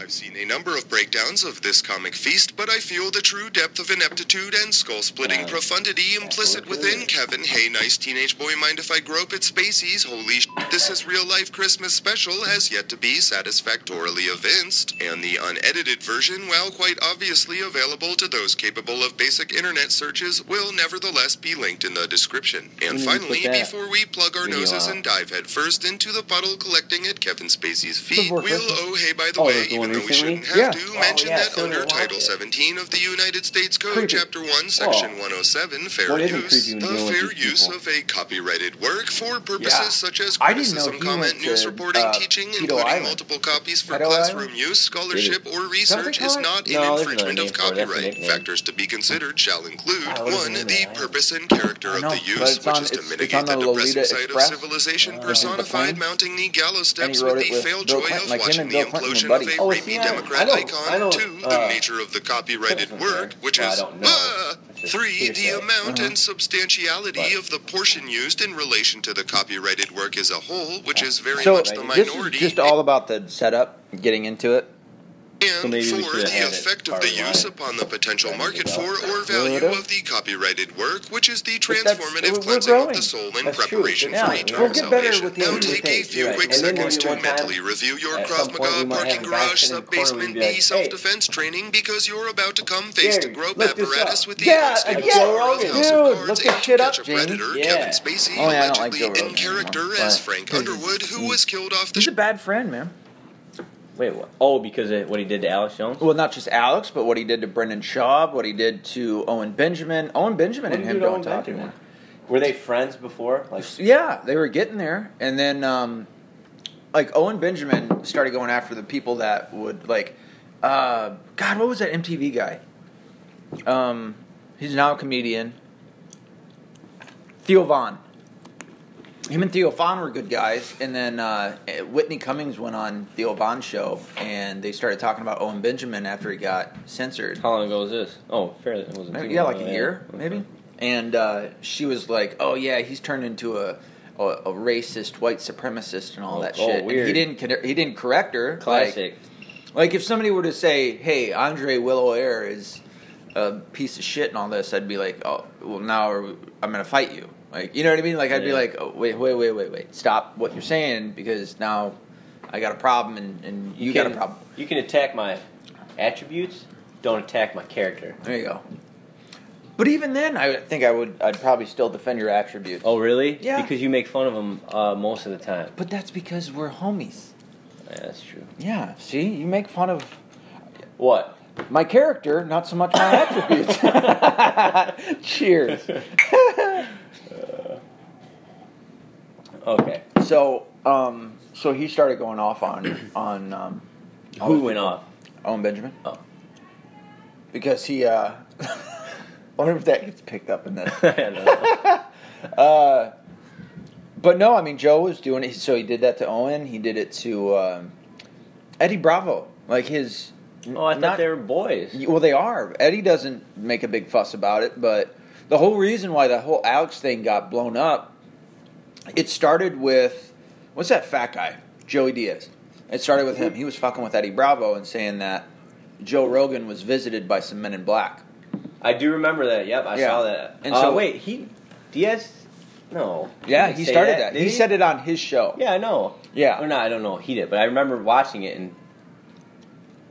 Speaker 3: I've seen a number of breakdowns of this comic feast, but I feel the true depth of ineptitude and skull splitting
Speaker 2: Uh,
Speaker 3: profundity implicit
Speaker 2: absolutely.
Speaker 3: within Kevin. Hey, nice teenage boy, mind if I grope at Spacey's? Holy sh! This is real life Christmas special has yet to be satisfactorily evinced, and the unedited version, while quite obviously available to those capable of basic internet searches, will nevertheless be linked in the description. And
Speaker 2: Mm,
Speaker 3: finally,
Speaker 2: put that
Speaker 3: before we plug our
Speaker 2: video
Speaker 3: noses
Speaker 2: out.
Speaker 3: and dive headfirst into the puddle collecting at Kevin Spacey's feet,
Speaker 1: Before
Speaker 3: we'll
Speaker 1: Christmas.
Speaker 3: oh hey by the
Speaker 2: Oh,
Speaker 3: way,
Speaker 2: there's the
Speaker 3: even
Speaker 2: one
Speaker 3: though we
Speaker 2: recently?
Speaker 3: shouldn't have
Speaker 1: Yeah.
Speaker 3: to
Speaker 2: Oh,
Speaker 3: mention
Speaker 2: yeah,
Speaker 3: that
Speaker 2: so
Speaker 3: under
Speaker 2: did I.
Speaker 3: Title 17 of the United States Code,
Speaker 1: Creepy.
Speaker 3: Chapter 1, Section
Speaker 2: Oh.
Speaker 3: 107, fair
Speaker 2: What isn't
Speaker 3: use,
Speaker 2: creepy when you're
Speaker 3: the
Speaker 2: dealing with
Speaker 3: fair
Speaker 2: these
Speaker 3: use
Speaker 2: people?
Speaker 3: of a copyrighted work for purposes
Speaker 1: Yeah.
Speaker 3: such as
Speaker 1: I didn't know
Speaker 3: criticism,
Speaker 1: he went
Speaker 3: comment, news
Speaker 1: to,
Speaker 3: reporting,
Speaker 1: uh,
Speaker 3: teaching,
Speaker 1: Keto
Speaker 3: including
Speaker 1: Island.
Speaker 3: multiple copies for
Speaker 1: Keto
Speaker 3: classroom
Speaker 1: Island?
Speaker 3: use, scholarship, or research
Speaker 1: call
Speaker 3: is
Speaker 1: it?
Speaker 3: not
Speaker 2: No, there's
Speaker 3: an
Speaker 2: no name
Speaker 3: infringement of
Speaker 2: for it. That's a
Speaker 3: copyright.
Speaker 2: nickname.
Speaker 3: Factors to be considered shall include
Speaker 2: Ah, what is
Speaker 3: 1.
Speaker 2: the name
Speaker 3: The
Speaker 2: of that?
Speaker 3: purpose and character
Speaker 1: I
Speaker 3: of
Speaker 1: know,
Speaker 3: the
Speaker 1: but
Speaker 3: use,
Speaker 1: it's
Speaker 3: which
Speaker 1: on-
Speaker 3: is to
Speaker 1: it's- it's on
Speaker 3: mitigate the
Speaker 1: the
Speaker 3: depressing
Speaker 1: Lolita
Speaker 3: side of
Speaker 1: Express.
Speaker 3: civilization
Speaker 1: Uh,
Speaker 3: personified,
Speaker 1: the plane.
Speaker 3: mounting the gallows
Speaker 1: And he
Speaker 3: steps
Speaker 1: wrote
Speaker 3: with the
Speaker 1: it with
Speaker 3: failed
Speaker 1: Bill
Speaker 3: joy
Speaker 1: Clinton,
Speaker 3: of
Speaker 1: like him
Speaker 3: watching
Speaker 1: and
Speaker 3: the
Speaker 1: Bill Clinton
Speaker 3: implosion
Speaker 1: and
Speaker 3: of a
Speaker 1: Buddy.
Speaker 2: Oh,
Speaker 3: rapey
Speaker 2: see, I- I
Speaker 3: Democrat
Speaker 2: know- I
Speaker 3: icon
Speaker 2: know,
Speaker 3: to the
Speaker 2: uh,
Speaker 3: nature of the copyrighted
Speaker 2: Clinton's
Speaker 3: work,
Speaker 2: there.
Speaker 3: which
Speaker 2: Well, I
Speaker 3: is
Speaker 2: don't know.
Speaker 3: uh,
Speaker 2: It's just
Speaker 3: three. The
Speaker 2: hearsay.
Speaker 3: amount
Speaker 1: Uh-huh.
Speaker 3: and substantiality
Speaker 2: But-
Speaker 3: of the portion used in relation to the copyrighted work as a whole, which is very
Speaker 1: so
Speaker 3: much the
Speaker 1: this is
Speaker 3: minority.
Speaker 1: just all about the setup, getting into it.
Speaker 3: And
Speaker 2: So maybe
Speaker 3: for
Speaker 2: we should
Speaker 3: the
Speaker 2: add it
Speaker 3: effect of
Speaker 2: part
Speaker 3: the
Speaker 2: of the
Speaker 3: use
Speaker 2: line.
Speaker 3: upon the potential
Speaker 2: Right,
Speaker 3: market
Speaker 2: yeah.
Speaker 3: for or
Speaker 1: Would
Speaker 3: value
Speaker 1: it?
Speaker 3: of the copyrighted work, which is the
Speaker 1: But that's- we're-
Speaker 3: transformative
Speaker 1: we're
Speaker 3: cleansing of
Speaker 1: growing.
Speaker 3: the soul in
Speaker 2: That's true.
Speaker 3: preparation
Speaker 2: Yeah,
Speaker 3: for
Speaker 2: we'll
Speaker 3: eternal
Speaker 2: get
Speaker 1: better
Speaker 3: salvation.
Speaker 1: with the
Speaker 3: now
Speaker 1: end of the
Speaker 3: take
Speaker 1: day.
Speaker 3: a few
Speaker 2: You're right.
Speaker 3: quick
Speaker 2: And then
Speaker 3: seconds
Speaker 2: maybe
Speaker 3: to
Speaker 2: one time-
Speaker 3: mentally review your
Speaker 2: at some
Speaker 3: Krav
Speaker 2: point
Speaker 3: Maga
Speaker 2: we might
Speaker 3: parking
Speaker 2: have a guy
Speaker 3: garage
Speaker 2: sitting in the
Speaker 3: sub
Speaker 2: corner,
Speaker 3: basement
Speaker 2: we'd be like,
Speaker 3: B
Speaker 2: "Hey,
Speaker 3: self defense training because you're about to come face to
Speaker 2: Gary,
Speaker 3: grope
Speaker 2: look this
Speaker 3: apparatus
Speaker 2: up.
Speaker 3: with the
Speaker 1: Yeah,
Speaker 3: constant
Speaker 1: yeah,
Speaker 3: power of
Speaker 2: Rogan.
Speaker 3: House of
Speaker 1: Dude,
Speaker 3: Cards
Speaker 1: look that
Speaker 3: and
Speaker 1: shit
Speaker 3: to
Speaker 1: up,
Speaker 3: catch a
Speaker 1: Jamie.
Speaker 3: predator,
Speaker 2: Yeah.
Speaker 3: Kevin Spacey,
Speaker 1: Oh, yeah, I don't like
Speaker 3: allegedly
Speaker 1: Joe Rogan
Speaker 3: in character
Speaker 1: anymore.
Speaker 3: as
Speaker 1: Why?
Speaker 3: Frank
Speaker 1: He's-
Speaker 3: Underwood, who
Speaker 2: mm.
Speaker 1: he's-
Speaker 3: was killed off the
Speaker 1: He's a bad friend, man.
Speaker 2: wait, what? Oh, because of what he did to Alex Jones.
Speaker 1: Well, not just Alex, but what he did to Brendan Schaub, what he did to Owen Benjamin. Owen Benjamin
Speaker 2: What
Speaker 1: and
Speaker 2: did
Speaker 1: him
Speaker 2: you do to
Speaker 1: don't
Speaker 2: Owen
Speaker 1: talk
Speaker 2: Benjamin?
Speaker 1: anymore.
Speaker 2: Were they friends before? Like,
Speaker 1: Yeah, they were getting there, and then um, like Owen Benjamin started going after the people that would like, uh, God, what was that MTV guy? Um, he's now a comedian. Theo Vaughn. Him and Theo Vaughn were good guys, and then uh, Whitney Cummings went on Theo Vaughn's show, and they started talking about Owen Benjamin after he got censored.
Speaker 2: how long ago was this? Oh, fairly. It wasn't
Speaker 1: Maybe,
Speaker 2: too
Speaker 1: Uh, yeah,
Speaker 2: long
Speaker 1: like
Speaker 2: ago,
Speaker 1: a year,
Speaker 2: Okay.
Speaker 1: maybe. And uh, she was like, "Oh yeah, he's turned into a a, a racist white supremacist and all that
Speaker 2: Oh,
Speaker 1: shit." And he
Speaker 2: weird.
Speaker 1: didn't con- he didn't correct her.
Speaker 2: Classic.
Speaker 1: Like, like if somebody were to say, "Hey, Andre Willow Air is a piece of shit" and all this, I'd be like, "Oh, well now are we- I'm gonna fight you." Like, you know what I mean? Like, I'd be
Speaker 2: Yeah.
Speaker 1: like, oh, "Wait, wait, wait, wait, wait! Stop what you're saying because now I got a problem and, and you, got a
Speaker 2: can-
Speaker 1: problem."
Speaker 2: You can attack my attributes. Don't attack my character.
Speaker 1: There you go. But even then, I think I would. I'd probably still defend your attributes.
Speaker 2: Oh, really?
Speaker 1: Yeah.
Speaker 2: Because you make fun of them uh, most of the time.
Speaker 1: But that's because we're homies.
Speaker 2: Yeah, that's true.
Speaker 1: Yeah. See, you make fun of
Speaker 2: What?
Speaker 1: my character, not so much my attributes. Cheers.
Speaker 2: Uh, Okay.
Speaker 1: So, um, so he started going off on on um,
Speaker 2: Who went off?
Speaker 1: Owen Benjamin
Speaker 2: Oh.
Speaker 1: because he. Uh, wonder if that gets picked up in this. Uh,
Speaker 2: I don't know.
Speaker 1: But no, I mean Joe was doing it. So he did that to Owen. He did it to um, Eddie Bravo. Like his.
Speaker 2: oh, I thought
Speaker 1: not-
Speaker 2: they were boys.
Speaker 1: Well, they are. Eddie doesn't make a big fuss about it, but the whole reason why the whole Alex thing got blown up, it started with what's that fat guy, Joey Diaz. It started with him. He was fucking with Eddie Bravo and saying that Joe Rogan was visited by some men in black.
Speaker 2: I do remember that. Yep, I
Speaker 1: Yeah.
Speaker 2: saw that.
Speaker 1: And
Speaker 2: uh,
Speaker 1: so-
Speaker 2: wait, he Diaz? No.
Speaker 1: Yeah,
Speaker 2: didn't
Speaker 1: he
Speaker 2: say
Speaker 1: started that.
Speaker 2: did
Speaker 1: He said it on his show.
Speaker 2: Yeah, I know.
Speaker 1: Yeah.
Speaker 2: Or no, I don't know. He did, but I remember watching it and.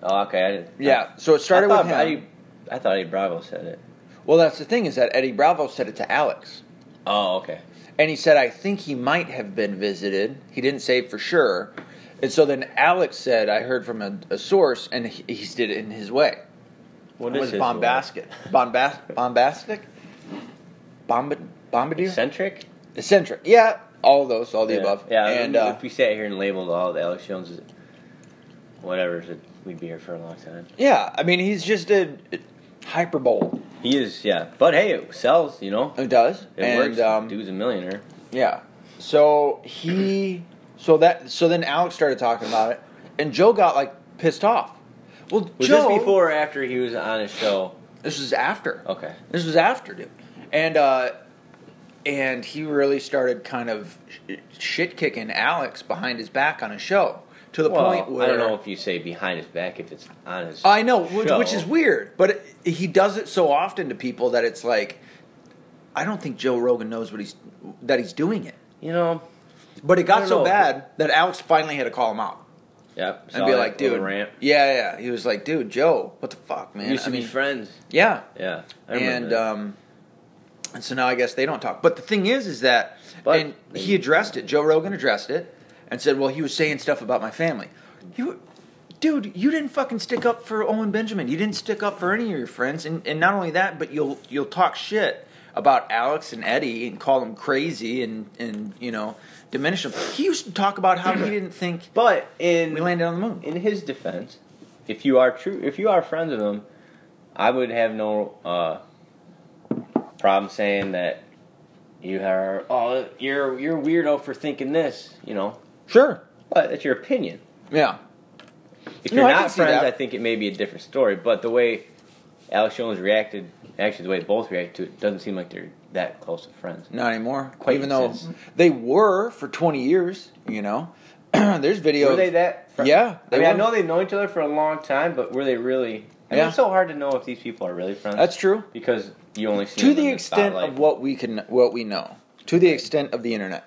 Speaker 2: Oh, okay. I didn't.
Speaker 1: Yeah, so it started
Speaker 2: I
Speaker 1: with
Speaker 2: thought
Speaker 1: him.
Speaker 2: Eddie, I thought Eddie Bravo said it.
Speaker 1: Well, that's the thing is that Eddie Bravo said it to Alex.
Speaker 2: Oh, okay.
Speaker 1: And he said, I think he might have been visited. He didn't say for sure. And so then Alex said, I heard from a, a source, and he, he did it in his way.
Speaker 2: What
Speaker 1: it
Speaker 2: is
Speaker 1: was
Speaker 2: his
Speaker 1: bombastic. Bombast, bombastic? Bomb-
Speaker 2: word?
Speaker 1: bombardier?
Speaker 2: Eccentric?
Speaker 1: Eccentric. Yeah, all of those, all the
Speaker 2: yeah.
Speaker 1: above.
Speaker 2: Yeah,
Speaker 1: And
Speaker 2: and
Speaker 1: uh,
Speaker 2: if we sat here and labeled all the Alex Joneses, whatever, so we'd be here for a long time.
Speaker 1: yeah, I mean, he's just a hyperbole.
Speaker 2: He is, yeah. But hey, it sells, you know?
Speaker 1: It does.
Speaker 2: It
Speaker 1: and,
Speaker 2: works.
Speaker 1: Um,
Speaker 2: Dude's a millionaire.
Speaker 1: Yeah. So he, so that, so then Alex started talking about it, and Joe got like pissed off. Well,
Speaker 2: Was
Speaker 1: Joe,
Speaker 2: this before or after he was on his show?
Speaker 1: This was after.
Speaker 2: Okay.
Speaker 1: This was after, dude. And uh, and he really started kind of sh- shit kicking Alex behind his back on a show to the
Speaker 2: Well,
Speaker 1: point where Uh,
Speaker 2: I don't know if you say behind his back if it's on his.
Speaker 1: I know, which,
Speaker 2: show.
Speaker 1: which is weird, but it, he does it so often to people that it's like, I don't think Joe Rogan knows what he's that he's doing it.
Speaker 2: You know.
Speaker 1: But it
Speaker 2: I
Speaker 1: got
Speaker 2: don't
Speaker 1: so
Speaker 2: know.
Speaker 1: bad that Alex finally had to call him out
Speaker 2: Yep.
Speaker 1: and
Speaker 2: saw
Speaker 1: be
Speaker 2: that
Speaker 1: like,
Speaker 2: little
Speaker 1: "Dude,
Speaker 2: rant.
Speaker 1: yeah, yeah." He was like, "Dude, Joe, what the fuck, man?"
Speaker 2: used to
Speaker 1: I
Speaker 2: be
Speaker 1: mean,
Speaker 2: friends."
Speaker 1: yeah,
Speaker 2: Yeah. I remember
Speaker 1: and
Speaker 2: that.
Speaker 1: um, and so now I guess they don't talk. But the thing is, is that
Speaker 2: But-
Speaker 1: and he addressed it. Joe Rogan addressed it and said, "Well, he was saying stuff about my family." You, dude, you didn't fucking stick up for Owen Benjamin. You didn't stick up for any of your friends, and, and not only that, but you'll you'll talk shit about Alex and Eddie and call them crazy and and you know diminish them. He used to talk about how he didn't think
Speaker 2: but in
Speaker 1: we landed on the moon.
Speaker 2: in his defense, if you are true, if you are friends with him, I would have no uh, problem saying that you are. Oh, you're you're a weirdo for thinking this. You know,
Speaker 1: Sure.
Speaker 2: but that's your opinion.
Speaker 1: Yeah.
Speaker 2: If
Speaker 1: No,
Speaker 2: you're
Speaker 1: I can
Speaker 2: not
Speaker 1: see
Speaker 2: friends,
Speaker 1: that.
Speaker 2: I think it may be a different story. But the way Alex Jones reacted, actually the way both reacted to it, doesn't seem like they're that close of friends.
Speaker 1: Not anymore.
Speaker 2: Quite
Speaker 1: Even though
Speaker 2: consistent.
Speaker 1: they were for 20 years, you know. There's video.
Speaker 2: Were
Speaker 1: of-
Speaker 2: they that? fr-
Speaker 1: Yeah,
Speaker 2: I
Speaker 1: they
Speaker 2: mean, I
Speaker 1: were.
Speaker 2: know they know each other for a long time, but were they really? I mean,
Speaker 1: Yeah.
Speaker 2: it's so hard to know if these people are really friends.
Speaker 1: That's true.
Speaker 2: because you only see
Speaker 1: To
Speaker 2: them in
Speaker 1: the extent
Speaker 2: spotlight.
Speaker 1: of what we can, what we know. To the extent of the internet,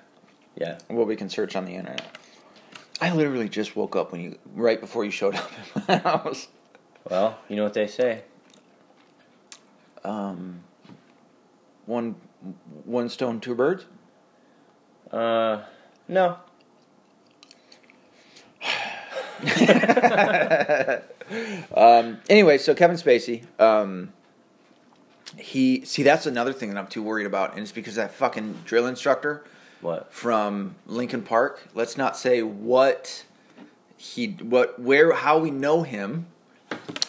Speaker 2: Yeah.
Speaker 1: what we can search on the internet. I literally just woke up when you, right before you showed up in my house.
Speaker 2: Well, you know what they say.
Speaker 1: Um, one, one stone, two birds.
Speaker 2: Uh, no.
Speaker 1: Um, Anyway, so Kevin Spacey, um, he see that's another thing that I'm too worried about, and it's because that fucking drill instructor.
Speaker 2: What?
Speaker 1: from Lincoln Park. Let's not say what he what where how we know him,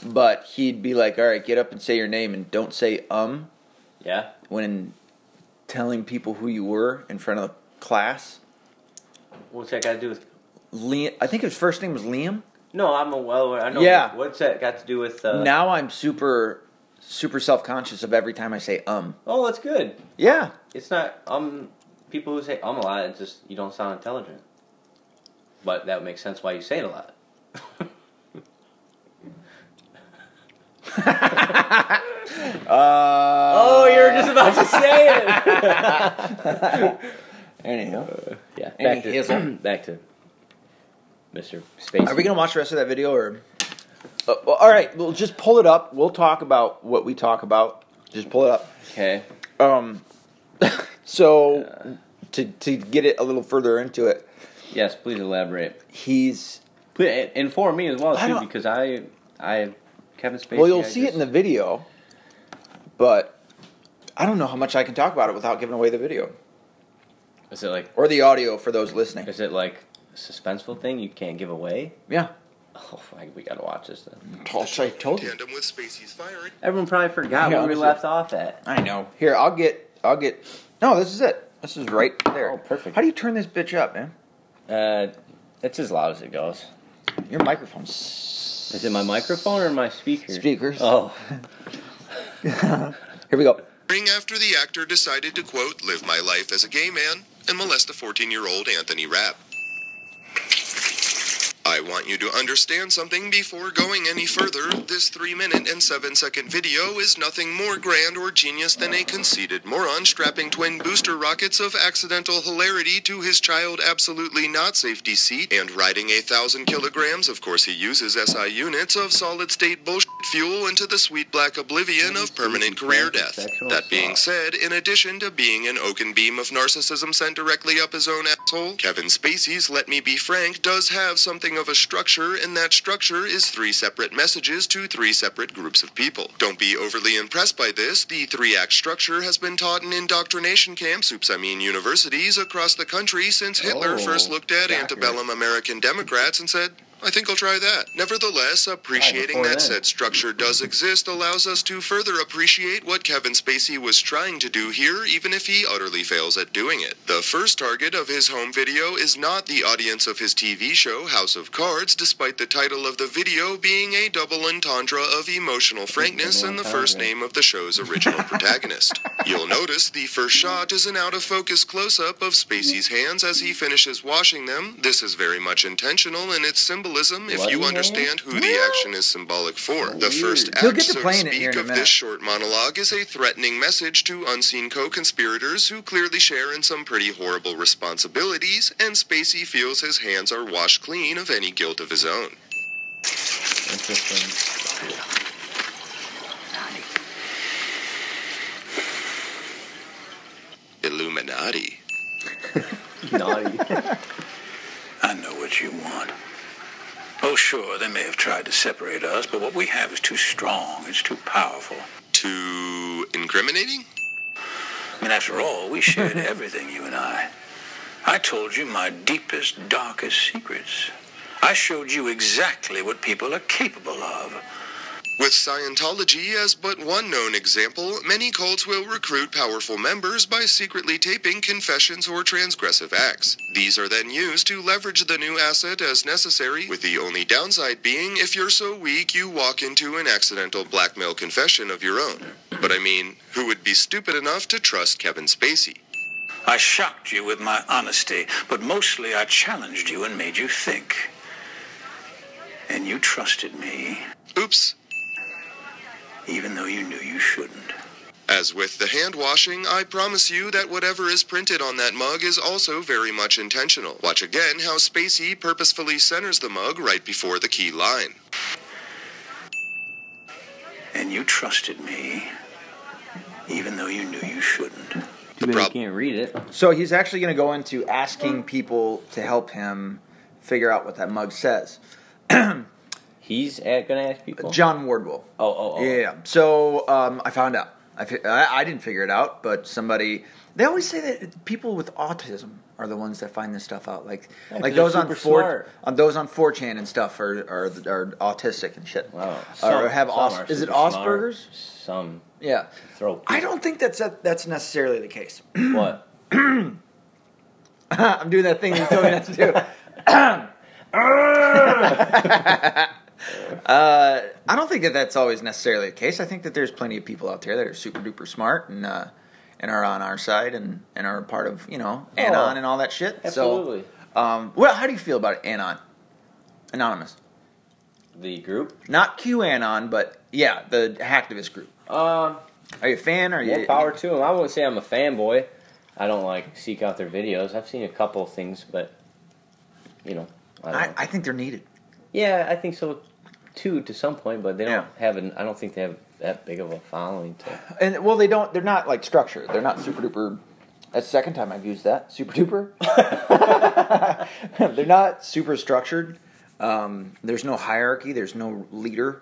Speaker 1: but he'd be like, "All right, get up and say your name and don't say um
Speaker 2: Yeah.
Speaker 1: when telling people who you were in front of the class."
Speaker 2: What's that got to do with?
Speaker 1: Liam, I think his first name was Liam.
Speaker 2: No, I'm a well. I know.
Speaker 1: Yeah.
Speaker 2: What's that got to do with? Uh,
Speaker 1: now I'm super super self-conscious of every time I say um.
Speaker 2: Oh, that's good.
Speaker 1: Yeah.
Speaker 2: It's not um. People who say um a lot, it's just you don't sound intelligent. But that makes sense why you say it a lot.
Speaker 1: Uh
Speaker 2: Oh, you're just about to say it.
Speaker 1: anyhow.
Speaker 2: yeah.
Speaker 1: Any
Speaker 2: Back to,
Speaker 1: hizzle?
Speaker 2: back to Mr. Spacey.
Speaker 1: Are we gonna watch the rest of that video or? Uh, well, all right, we'll just pull it up. We'll talk about what we talk about Just pull it up.
Speaker 2: Okay.
Speaker 1: Um, so to to get it a little further into it,
Speaker 2: Yes, please elaborate.
Speaker 1: he's
Speaker 2: Please eh, inform me as well
Speaker 1: I
Speaker 2: too,
Speaker 1: don't-
Speaker 2: because I, I, Kevin Spacey.
Speaker 1: well, you'll
Speaker 2: I
Speaker 1: see
Speaker 2: just-
Speaker 1: it in the video, but I don't know how much I can talk about it without giving away the video
Speaker 2: Is it like?
Speaker 1: or the audio for those listening.
Speaker 2: Is it like a suspenseful thing you can't give away?
Speaker 1: Yeah,
Speaker 2: Oh, fuck, we gotta watch this then.
Speaker 1: I told you.
Speaker 3: Tandem with Spacey's firing.
Speaker 2: Everyone probably forgot
Speaker 1: Yeah,
Speaker 2: where we
Speaker 1: honestly.
Speaker 2: left off at.
Speaker 1: I know. Here, I'll get. I'll get. No, this is it. This is right there.
Speaker 2: Oh, perfect.
Speaker 1: How do you turn this bitch up, man?
Speaker 2: Uh, it's as loud as it goes.
Speaker 1: Your microphone's. Is
Speaker 2: Is it my microphone or my speakers?
Speaker 1: Speakers.
Speaker 2: Oh,
Speaker 1: Here we go.
Speaker 3: Ring after the actor decided to quote, live my life as a gay man and molest a 14 year old Anthony Rapp. I want you to understand something before going any further. This 3 minute and 7 second video is nothing more grand or genius than a conceited moron strapping twin booster rockets of accidental hilarity to his child absolutely not safety seat and riding a thousand kilograms, of course he uses SI units, of solid state bullshit fuel into the sweet black oblivion of permanent career death. That being said, in addition to being an oaken beam of narcissism sent directly up his own asshole, Kevin Spacey's Let Me Be Frank does have something of a structure, and that structure is three separate messages to three separate groups of people. Don't be overly impressed by this. The three act structure has been taught in indoctrination camps, oops, I mean universities across the country since Hitler
Speaker 2: Oh,
Speaker 3: first looked at
Speaker 2: shocker.
Speaker 3: antebellum American Democrats and said, I think I'll try that. Nevertheless, appreciating
Speaker 2: before
Speaker 3: that
Speaker 2: then.
Speaker 3: said that structure does exist allows us to further appreciate what Kevin Spacey was trying to do here, even if he utterly fails at doing it. The first target of his home video is not the audience of his TV show, House of Cards, despite the title of the video being a double entendre of emotional frankness and the first name of the show's original protagonist. You'll notice the first shot is an out of focus close up of Spacey's hands as he finishes washing them. This is very much intentional in its symbolism if you
Speaker 2: Bloody
Speaker 3: understand who the action is symbolic for. The first
Speaker 1: He'll
Speaker 3: act,
Speaker 1: get to
Speaker 3: so to
Speaker 1: playing it here in
Speaker 3: speak,
Speaker 1: a
Speaker 3: of this
Speaker 1: minute.
Speaker 3: short monologue is a threatening message to unseen co-conspirators who clearly share in some pretty horrible responsibilities, and Spacey feels his hands are washed clean of any guilt of his own.
Speaker 2: interesting.
Speaker 3: Illuminati.
Speaker 2: Naughty.
Speaker 4: I know what you want. Oh, sure, they may have tried to separate us, but what we have is too strong. It's too powerful.
Speaker 3: Too incriminating?
Speaker 4: I mean, after all, we shared everything, you and I. I told you my deepest, darkest secrets. I showed you exactly what people are capable of.
Speaker 3: With Scientology as but one known example, many cults will recruit powerful members by secretly taping confessions or transgressive acts. These are then used to leverage the new asset as necessary, with the only downside being if you're so weak you walk into an accidental blackmail confession of your own. But I mean, who would be stupid enough to trust Kevin Spacey?
Speaker 4: I shocked you with my honesty, but mostly I challenged you and made you think. And you trusted me,
Speaker 3: Oops,
Speaker 4: even though you knew you shouldn't.
Speaker 3: As with the hand washing, I promise you that whatever is printed on that mug is also very much intentional. Watch again how Spacey purposefully centers the mug right before the key line.
Speaker 4: And you trusted me, even though you knew you shouldn't.
Speaker 2: Too bad I
Speaker 3: prob-
Speaker 2: can't read it.
Speaker 1: So he's actually going to go into asking people to help him figure out what that mug says.
Speaker 2: He's at, gonna ask people.
Speaker 1: John Wardwell.
Speaker 2: Oh, oh, oh.
Speaker 1: Yeah. So um, I found out. I, fi- I I didn't figure it out, but somebody. They always say that people with autism are the ones that find this stuff out. Like,
Speaker 2: Yeah, 'cause
Speaker 1: like
Speaker 2: they're
Speaker 1: those on
Speaker 2: super
Speaker 1: four,
Speaker 2: smart.
Speaker 1: on those on four chan and stuff are are, are autistic and shit.
Speaker 2: Wow.
Speaker 1: or
Speaker 2: Some-
Speaker 1: have
Speaker 2: some
Speaker 1: Aus-
Speaker 2: are
Speaker 1: is it
Speaker 2: super smart.
Speaker 1: Asperger's?
Speaker 2: Some
Speaker 1: Yeah.
Speaker 2: throw.
Speaker 1: I don't think that's that's necessarily the case.
Speaker 2: What?
Speaker 1: I'm doing that thing that you told me not to do. uh, I don't think that that's always necessarily the case. I think that there's plenty of people out there that are super duper smart and uh, and are on our side and, and are a part of you know Anon and all that shit.
Speaker 2: Oh, Absolutely.
Speaker 1: So, um, well, how do you feel about Anon? Anonymous,
Speaker 2: the group.
Speaker 1: not QAnon, but yeah, the hacktivist group.
Speaker 2: Um.
Speaker 1: Are you a fan? Are
Speaker 2: More
Speaker 1: you
Speaker 2: power to them. I wouldn't say I'm a fanboy. I don't like seek out their videos. I've seen a couple of things, but you know, I don't
Speaker 1: I,
Speaker 2: know.
Speaker 1: I think they're needed.
Speaker 2: yeah, I think so too to some point, but they don't
Speaker 1: Yeah.
Speaker 2: have an. I don't think they have that big of a following. To,
Speaker 1: And well, they don't. They're not like structured. They're not super duper. That's the second time I've used that super duper. they're not super structured. Um, there's no hierarchy. There's no leader.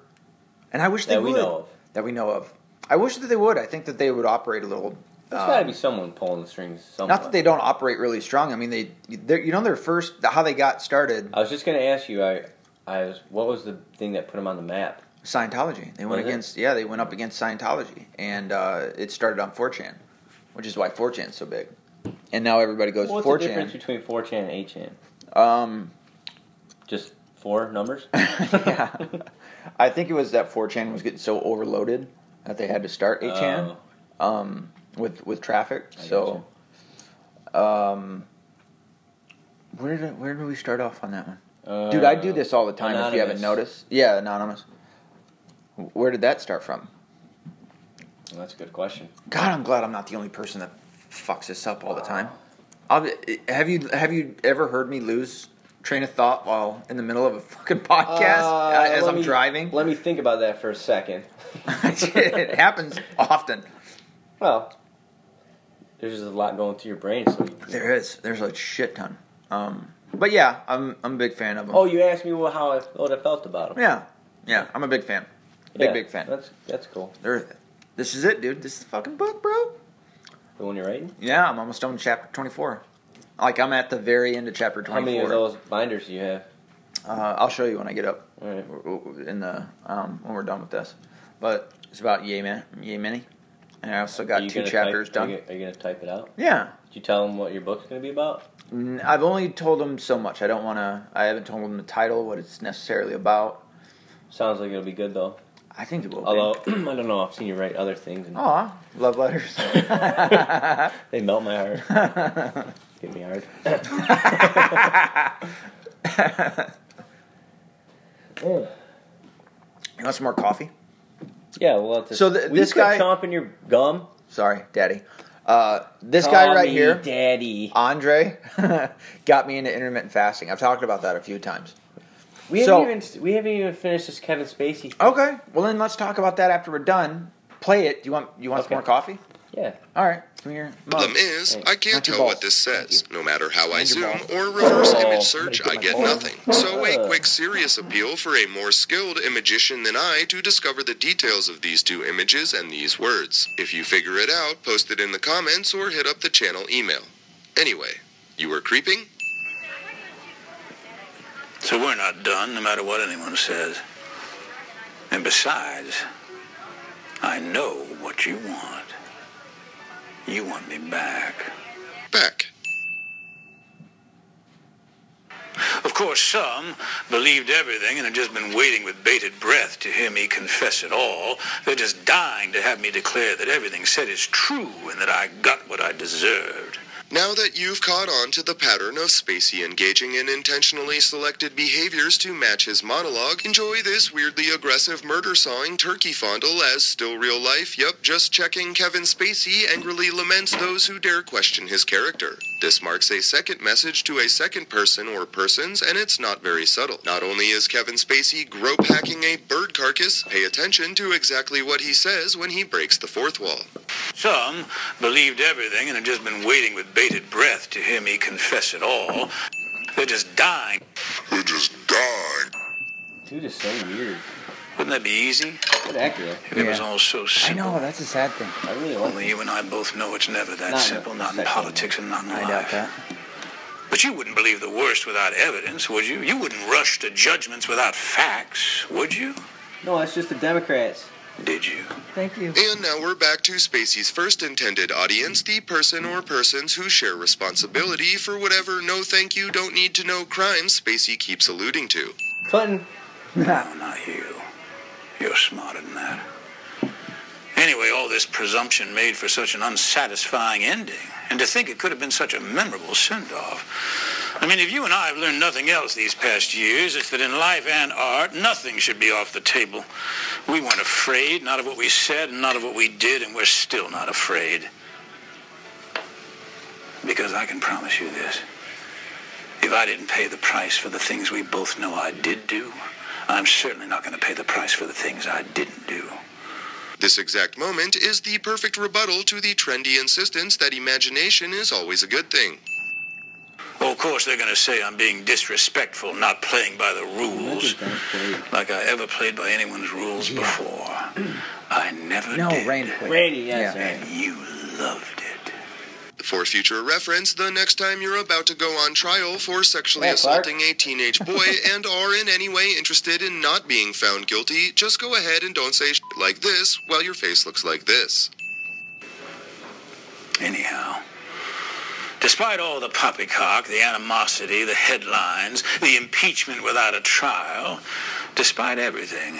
Speaker 1: And I wish they
Speaker 2: That we
Speaker 1: would.
Speaker 2: know of.
Speaker 1: That we know of. I wish that they would. I think that they would operate a little.
Speaker 2: there's
Speaker 1: um,
Speaker 2: got to be someone pulling the strings. Somewhat.
Speaker 1: not that they don't operate really strong. I mean, they. they're- You know, their first how they got started.
Speaker 2: I was just gonna ask you. I, I was. What was the thing that put them on the map?
Speaker 1: Scientology. They went
Speaker 2: Was it?
Speaker 1: against. Yeah, they went up against Scientology, and uh, it started on 4chan, which is why 4chan's so big. And now everybody goes
Speaker 2: What's
Speaker 1: to 4chan.
Speaker 2: the difference between 4chan and 8chan?
Speaker 1: Um,
Speaker 2: Just four numbers?
Speaker 1: yeah. I think it was that 4chan was getting so overloaded that they had to start 8chan um, with with traffic.
Speaker 2: Oh. I
Speaker 1: so, um, where did I, where did we start off on that one?
Speaker 2: Uh,
Speaker 1: Dude, I do this all the time. If you haven't
Speaker 2: Anonymous.
Speaker 1: noticed, yeah, anonymous. Where did that start from?
Speaker 2: That's a good question.
Speaker 1: God, I'm glad I'm not the only person that fucks this up all the time. I'll be, have you have you ever heard me lose train of thought while in the middle of a fucking podcast uh, as
Speaker 2: let
Speaker 1: I'm
Speaker 2: me-
Speaker 1: driving?
Speaker 2: Let me think about that for a second.
Speaker 1: it happens often.
Speaker 2: Well, there's just a lot going through your brain. So you-
Speaker 1: There is. There's a shit ton. Um, but yeah, I'm I'm a big fan of them.
Speaker 2: oh, you asked me well, how I, what I felt about them.
Speaker 1: yeah, yeah, I'm a big fan. Big big fan.
Speaker 2: That's that's cool.
Speaker 1: There, this is it, dude. This is the fucking book, bro.
Speaker 2: The one you're writing.
Speaker 1: Yeah, I'm almost done with chapter 24. Like I'm at the very end of chapter
Speaker 2: How
Speaker 1: 24.
Speaker 2: many of those binders do you have?
Speaker 1: Uh, I'll show you when I get up
Speaker 2: All right.
Speaker 1: in the um, when we're done with this. But it's about yay man, yay many, and I also got
Speaker 2: Are you
Speaker 1: two
Speaker 2: gonna
Speaker 1: chapters
Speaker 2: type,
Speaker 1: done.
Speaker 2: Are you, gonna- are you gonna type it out?
Speaker 1: yeah,
Speaker 2: Did you tell them what your book's gonna be about?
Speaker 1: N- I've only told them so much. I don't want to. I haven't told them the title, what it's necessarily about.
Speaker 2: Sounds like it'll be good though.
Speaker 1: I think it will.
Speaker 2: Although
Speaker 1: be.
Speaker 2: I don't know, I've seen you write other things and
Speaker 1: Aw, love letters.
Speaker 2: they melt my heart. Get me hard.
Speaker 1: you want some more coffee?
Speaker 2: Yeah, well, it's
Speaker 1: So th-
Speaker 2: will you
Speaker 1: this
Speaker 2: quit
Speaker 1: guy-
Speaker 2: chomping your gum.
Speaker 1: Sorry, Daddy. Uh, this guy
Speaker 2: Call
Speaker 1: right
Speaker 2: me
Speaker 1: here,
Speaker 2: Daddy.
Speaker 1: Andre, got me into intermittent fasting. I've talked about that a few times.
Speaker 2: We haven't
Speaker 1: So-
Speaker 2: even we haven't even finished this Kevin Spacey. Thing.
Speaker 1: Okay, well then let's talk about that after we're done. Play it. Do you want you want
Speaker 2: Okay.
Speaker 1: some more coffee?
Speaker 2: Yeah,
Speaker 1: All right, come here. Mug.
Speaker 3: Problem is, I
Speaker 1: Not
Speaker 3: can't
Speaker 1: your
Speaker 3: tell
Speaker 1: balls.
Speaker 3: what this says. No matter how I
Speaker 1: Not your
Speaker 3: zoom
Speaker 1: balls.
Speaker 3: or reverse
Speaker 2: Oh,
Speaker 3: image search,
Speaker 2: make it
Speaker 3: I
Speaker 2: my
Speaker 3: get
Speaker 2: balls.
Speaker 3: nothing. So a
Speaker 2: Ugh.
Speaker 3: quick serious appeal for a more skilled imagician than I to discover the details of these two images and these words. If you figure it out, post it in the comments or hit up the channel email. Anyway, you were creeping?
Speaker 4: So we're not done, no matter what anyone says. And besides, I know what you want. You want me back.
Speaker 3: Back.
Speaker 4: Of course, some believed everything and had just been waiting with bated breath to hear me confess it all. They're just dying to have me declare that everything said is true and that I got what I deserved.
Speaker 3: Now that you've caught on to the pattern of Spacey engaging in intentionally selected behaviors to match his monologue, enjoy this weirdly aggressive murder sawing turkey fondle as still real life. Yup, just checking Kevin Spacey angrily laments those who dare question his character. This marks a second message to a second person or persons, and it's not very subtle. Not only is Kevin Spacey grope hacking a bird carcass, pay attention to exactly what he says when he breaks the fourth wall.
Speaker 4: Some believed everything and had just been waiting with bated breath to hear me confess it all. They're just dying.
Speaker 3: They just died.
Speaker 2: dude is so weird.
Speaker 4: Wouldn't that be easy?
Speaker 2: Good actor. though.
Speaker 4: If it was
Speaker 1: Yeah.
Speaker 4: all so
Speaker 1: I
Speaker 4: simple.
Speaker 1: know that's a sad thing.
Speaker 2: I really like
Speaker 4: Only
Speaker 2: him.
Speaker 4: you and I both know it's never that
Speaker 2: Not in
Speaker 4: simple,
Speaker 2: the
Speaker 4: not in
Speaker 2: second.
Speaker 4: politics and not in
Speaker 1: I
Speaker 4: life.
Speaker 1: doubt that.
Speaker 4: But you wouldn't believe the worst without evidence, would you? You wouldn't rush to judgments without facts, would you?
Speaker 2: No, it's just the Democrats.
Speaker 4: Did you?
Speaker 1: Thank you.
Speaker 3: And now we're back to Spacey's first intended audience, the person or persons who share responsibility for whatever no thank you, don't need to know crimes Spacey keeps alluding to.
Speaker 2: Clinton.
Speaker 4: No, not you. You're smarter than that. Anyway, all this presumption made for such an unsatisfying ending, and to think it could have been such a memorable send off. I mean, if you and I have learned nothing else these past years, it's that in life and art, nothing should be off the table. We weren't afraid, not of what we said, and not of what we did, and we're still not afraid. Because I can promise you this. If I didn't pay the price for the things we both know I did do, I'm certainly not going to pay the price for the things I didn't do.
Speaker 3: This exact moment is the perfect rebuttal to the trendy insistence that imagination is always a good thing.
Speaker 4: Oh, of course, they're going to say I'm being disrespectful, not playing by the rules, like I ever played by anyone's rules before. I never
Speaker 1: No,
Speaker 4: did.
Speaker 1: Randy Quaid.
Speaker 2: Randy, yes,
Speaker 1: Yeah.
Speaker 2: right.
Speaker 4: And you loved it.
Speaker 3: For future reference, the next time you're about to go on trial for sexually
Speaker 2: Yeah, Clark.
Speaker 3: assaulting a teenage boy and are in any way interested in not being found guilty, just go ahead and don't say shit like this while your face looks like this.
Speaker 4: Anyhow, despite all the poppycock, the animosity, the headlines, the impeachment without a trial, despite everything,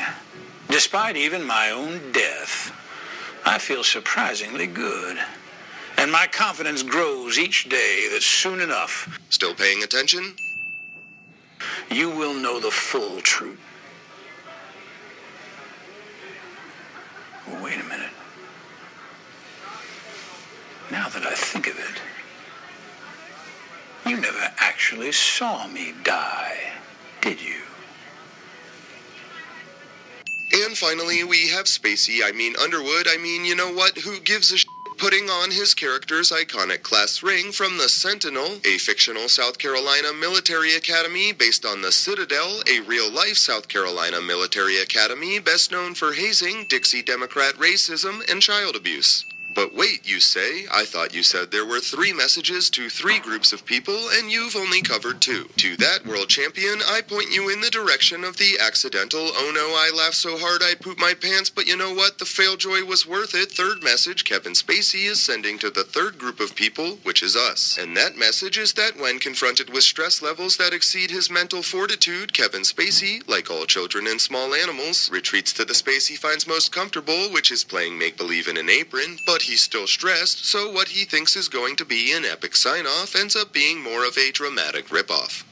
Speaker 4: despite even my own death, I feel surprisingly good. And my confidence grows each day that soon enough
Speaker 3: Still paying attention?
Speaker 4: you will know the full truth. Wait a minute. Now that I think of it, you never actually saw me die, did you?
Speaker 3: And finally, we have Spacey, I mean Underwood, I mean, you know what, who gives a shit putting on his character's iconic class ring from the Sentinel, a fictional South Carolina military academy based on the Citadel, a real life South Carolina military academy best known for hazing, Dixie Democrat racism, and child abuse. But wait, you say? I thought you said there were three messages to three groups of people, and you've only covered two. To that, world champion, I point you in the direction of the accidental, oh no, I laughed so hard I pooped my pants, but you know what? The failjoy was worth it. Third message Kevin Spacey is sending to the third group of people, which is us. And that message is that when confronted with stress levels that exceed his mental fortitude, Kevin Spacey, like all children and small animals, retreats to the space he finds most comfortable, which is playing make believe in an apron, but he's still stressed, so what he thinks is going to be an epic sign off ends up being more of a dramatic ripoff.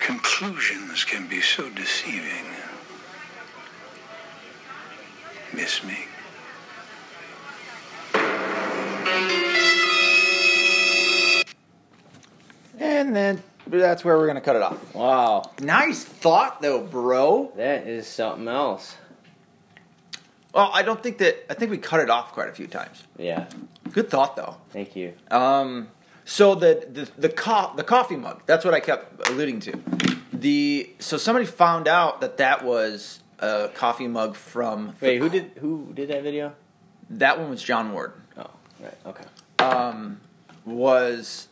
Speaker 4: Conclusions can be so deceiving. Miss me.
Speaker 1: And then that's where we're gonna cut it off.
Speaker 2: Wow,
Speaker 1: Nice thought, though, bro.
Speaker 2: that is something else.
Speaker 1: Well, I don't think that. I think we cut it off quite a few times.
Speaker 2: Yeah,
Speaker 1: Good thought, though.
Speaker 2: thank you.
Speaker 1: Um, so the the the, co- the coffee mug. That's what I kept alluding to. The so somebody found out that that was a coffee mug from. the-
Speaker 2: Wait, who did who did that video?
Speaker 1: that one was John Ward?
Speaker 2: Oh, right, okay.
Speaker 1: Was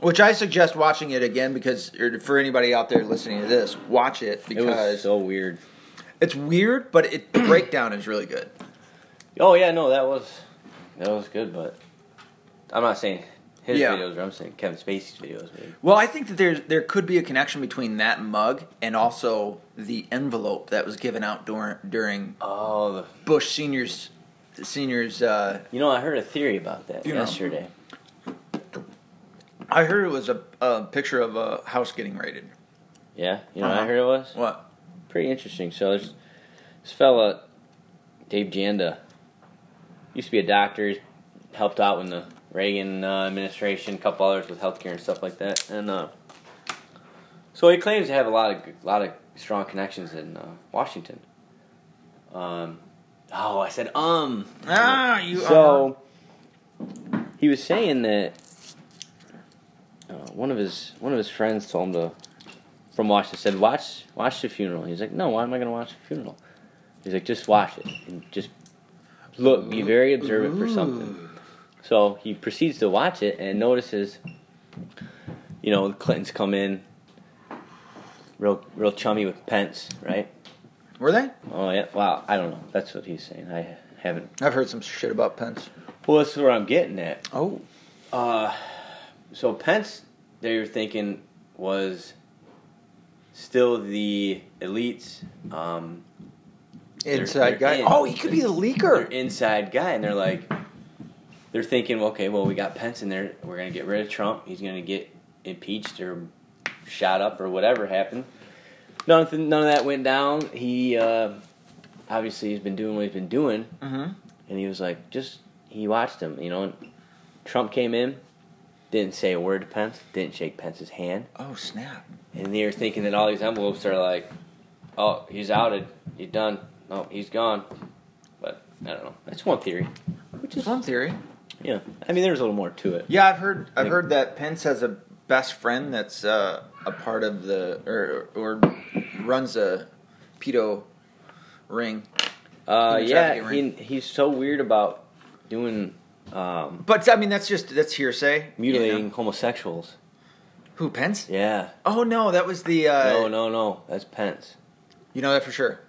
Speaker 1: which I suggest watching it again because or for anybody out there listening to this, watch it
Speaker 2: It was
Speaker 1: because
Speaker 2: so weird.
Speaker 1: it's weird, but it the breakdown is really good.
Speaker 2: Oh yeah, no, that was that was good, but I'm not saying his
Speaker 1: Yeah.
Speaker 2: videos. Or I'm saying Kevin Spacey's videos. Maybe.
Speaker 1: Well, I think that there there could be a connection between that mug and also the envelope that was given out during during
Speaker 2: Oh, the,
Speaker 1: Bush seniors seniors. Uh,
Speaker 2: you know, I heard a theory about that
Speaker 1: You know.
Speaker 2: yesterday.
Speaker 1: I heard it was a, a picture of a house getting raided.
Speaker 2: Yeah, you know, what
Speaker 1: Uh-huh.
Speaker 2: I heard it was
Speaker 1: What?
Speaker 2: pretty interesting. So there's this fella, Dave Janda, used to be a doctor. He's helped out when the Reagan uh, administration, a couple others with healthcare and stuff like that. And uh, so he claims to have a lot of a lot of strong connections in uh, Washington. Um, oh, I said um.
Speaker 1: Ah, you.
Speaker 2: So he was saying that uh, one of his one of his friends told him to from Washington said watch watch the funeral. He's like, no, why am I going to watch the funeral? He's like, just watch it and just look, be very observant for something. So he proceeds to watch it and notices, you know, the Clintons come in, real real chummy with Pence, right?
Speaker 1: were they?
Speaker 2: Oh yeah, wow, I don't know. That's what he's saying. I haven't.
Speaker 1: I've heard some shit about Pence.
Speaker 2: Well, that's where I'm getting at.
Speaker 1: Oh,
Speaker 2: Uh, so Pence, they were thinking was still the elite's um,
Speaker 1: inside
Speaker 2: they're
Speaker 1: guy.
Speaker 2: in.
Speaker 1: Oh, he could be the
Speaker 2: their
Speaker 1: leaker.
Speaker 2: inside guy, and they're like, they're thinking, okay, well, we got Pence in there. We're gonna get rid of Trump. He's gonna get impeached or shot up or whatever happened. Nothing, none of that went down. He uh, obviously has been doing what he's been doing,
Speaker 1: Mm-hmm.
Speaker 2: and he was like, just he watched him, you know. And Trump came in, Didn't say a word to Pence. Didn't shake Pence's hand.
Speaker 1: Oh snap!
Speaker 2: And they're thinking that all these envelopes are like, oh, he's outed. You're done. No, he's gone. But I don't know. That's one theory.
Speaker 1: Which is one theory.
Speaker 2: Yeah. I mean, there's a little more to it.
Speaker 1: Yeah, I've heard. I've
Speaker 2: Like-
Speaker 1: heard that Pence has a best friend that's uh, a part of the or or runs a pedo ring.
Speaker 2: Uh,
Speaker 1: Human
Speaker 2: yeah.
Speaker 1: trafficking
Speaker 2: He,
Speaker 1: ring.
Speaker 2: he's so weird about doing um,
Speaker 1: But I mean, that's just that's hearsay.
Speaker 2: mutilating
Speaker 1: You know?
Speaker 2: homosexuals.
Speaker 1: Who Pence?
Speaker 2: Yeah.
Speaker 1: Oh no, that was the. Uh,
Speaker 2: no, no, no. That's Pence.
Speaker 1: You know that for sure.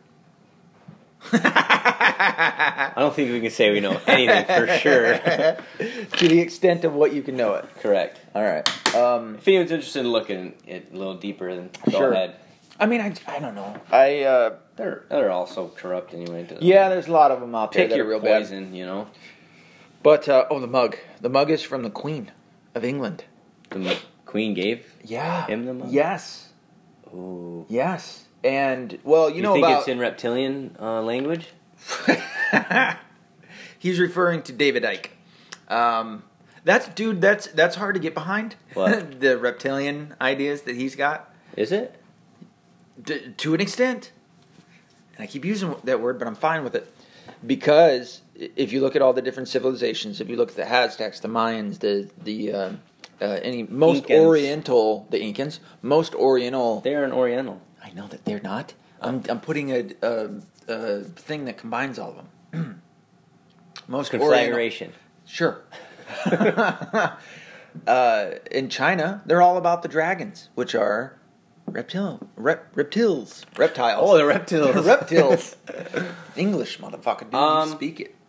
Speaker 2: I don't think we can say we know anything for sure.
Speaker 1: to the extent of what you can know it.
Speaker 2: Correct.
Speaker 1: All right. Um,
Speaker 2: If anyone's interested in looking at it a little deeper, then go
Speaker 1: Sure.
Speaker 2: ahead.
Speaker 1: I mean, I, I don't know. I uh,
Speaker 2: They're they're all so corrupt anyway. to-
Speaker 1: yeah, there's a lot of them out there
Speaker 2: pick
Speaker 1: that
Speaker 2: your
Speaker 1: are real bad.
Speaker 2: poison. You know,
Speaker 1: But uh, oh, the mug. The mug is from the Queen of England.
Speaker 2: the m- Queen gave.
Speaker 1: Yeah.
Speaker 2: Him the mug?
Speaker 1: Yes.
Speaker 2: Ooh.
Speaker 1: Yes. And well, you,
Speaker 2: You,
Speaker 1: know
Speaker 2: think
Speaker 1: about.
Speaker 2: it's in reptilian uh, language?
Speaker 1: He's referring to David Ike. Um, that's dude. That's that's hard to get behind.
Speaker 2: What?
Speaker 1: the reptilian ideas that he's got
Speaker 2: Is it?
Speaker 1: D- to an extent. And I keep using that word, but I'm fine with it because i- if you look at all the different civilizations, if you look at the Aztecs, the Mayans, the the uh, uh, any most
Speaker 2: Incans.
Speaker 1: Oriental, the Incans, most Oriental
Speaker 2: They're an Oriental.
Speaker 1: I know that they're not. I'm I'm putting a a, a thing that combines all of them. Most Oriental,
Speaker 2: Conflagration.
Speaker 1: sure. uh, in China, they're all about the dragons, which are reptile, rep, reptiles, reptiles.
Speaker 2: Oh, they're reptiles.
Speaker 1: reptiles. English motherfucker, dude,
Speaker 2: Um,
Speaker 1: you speak it.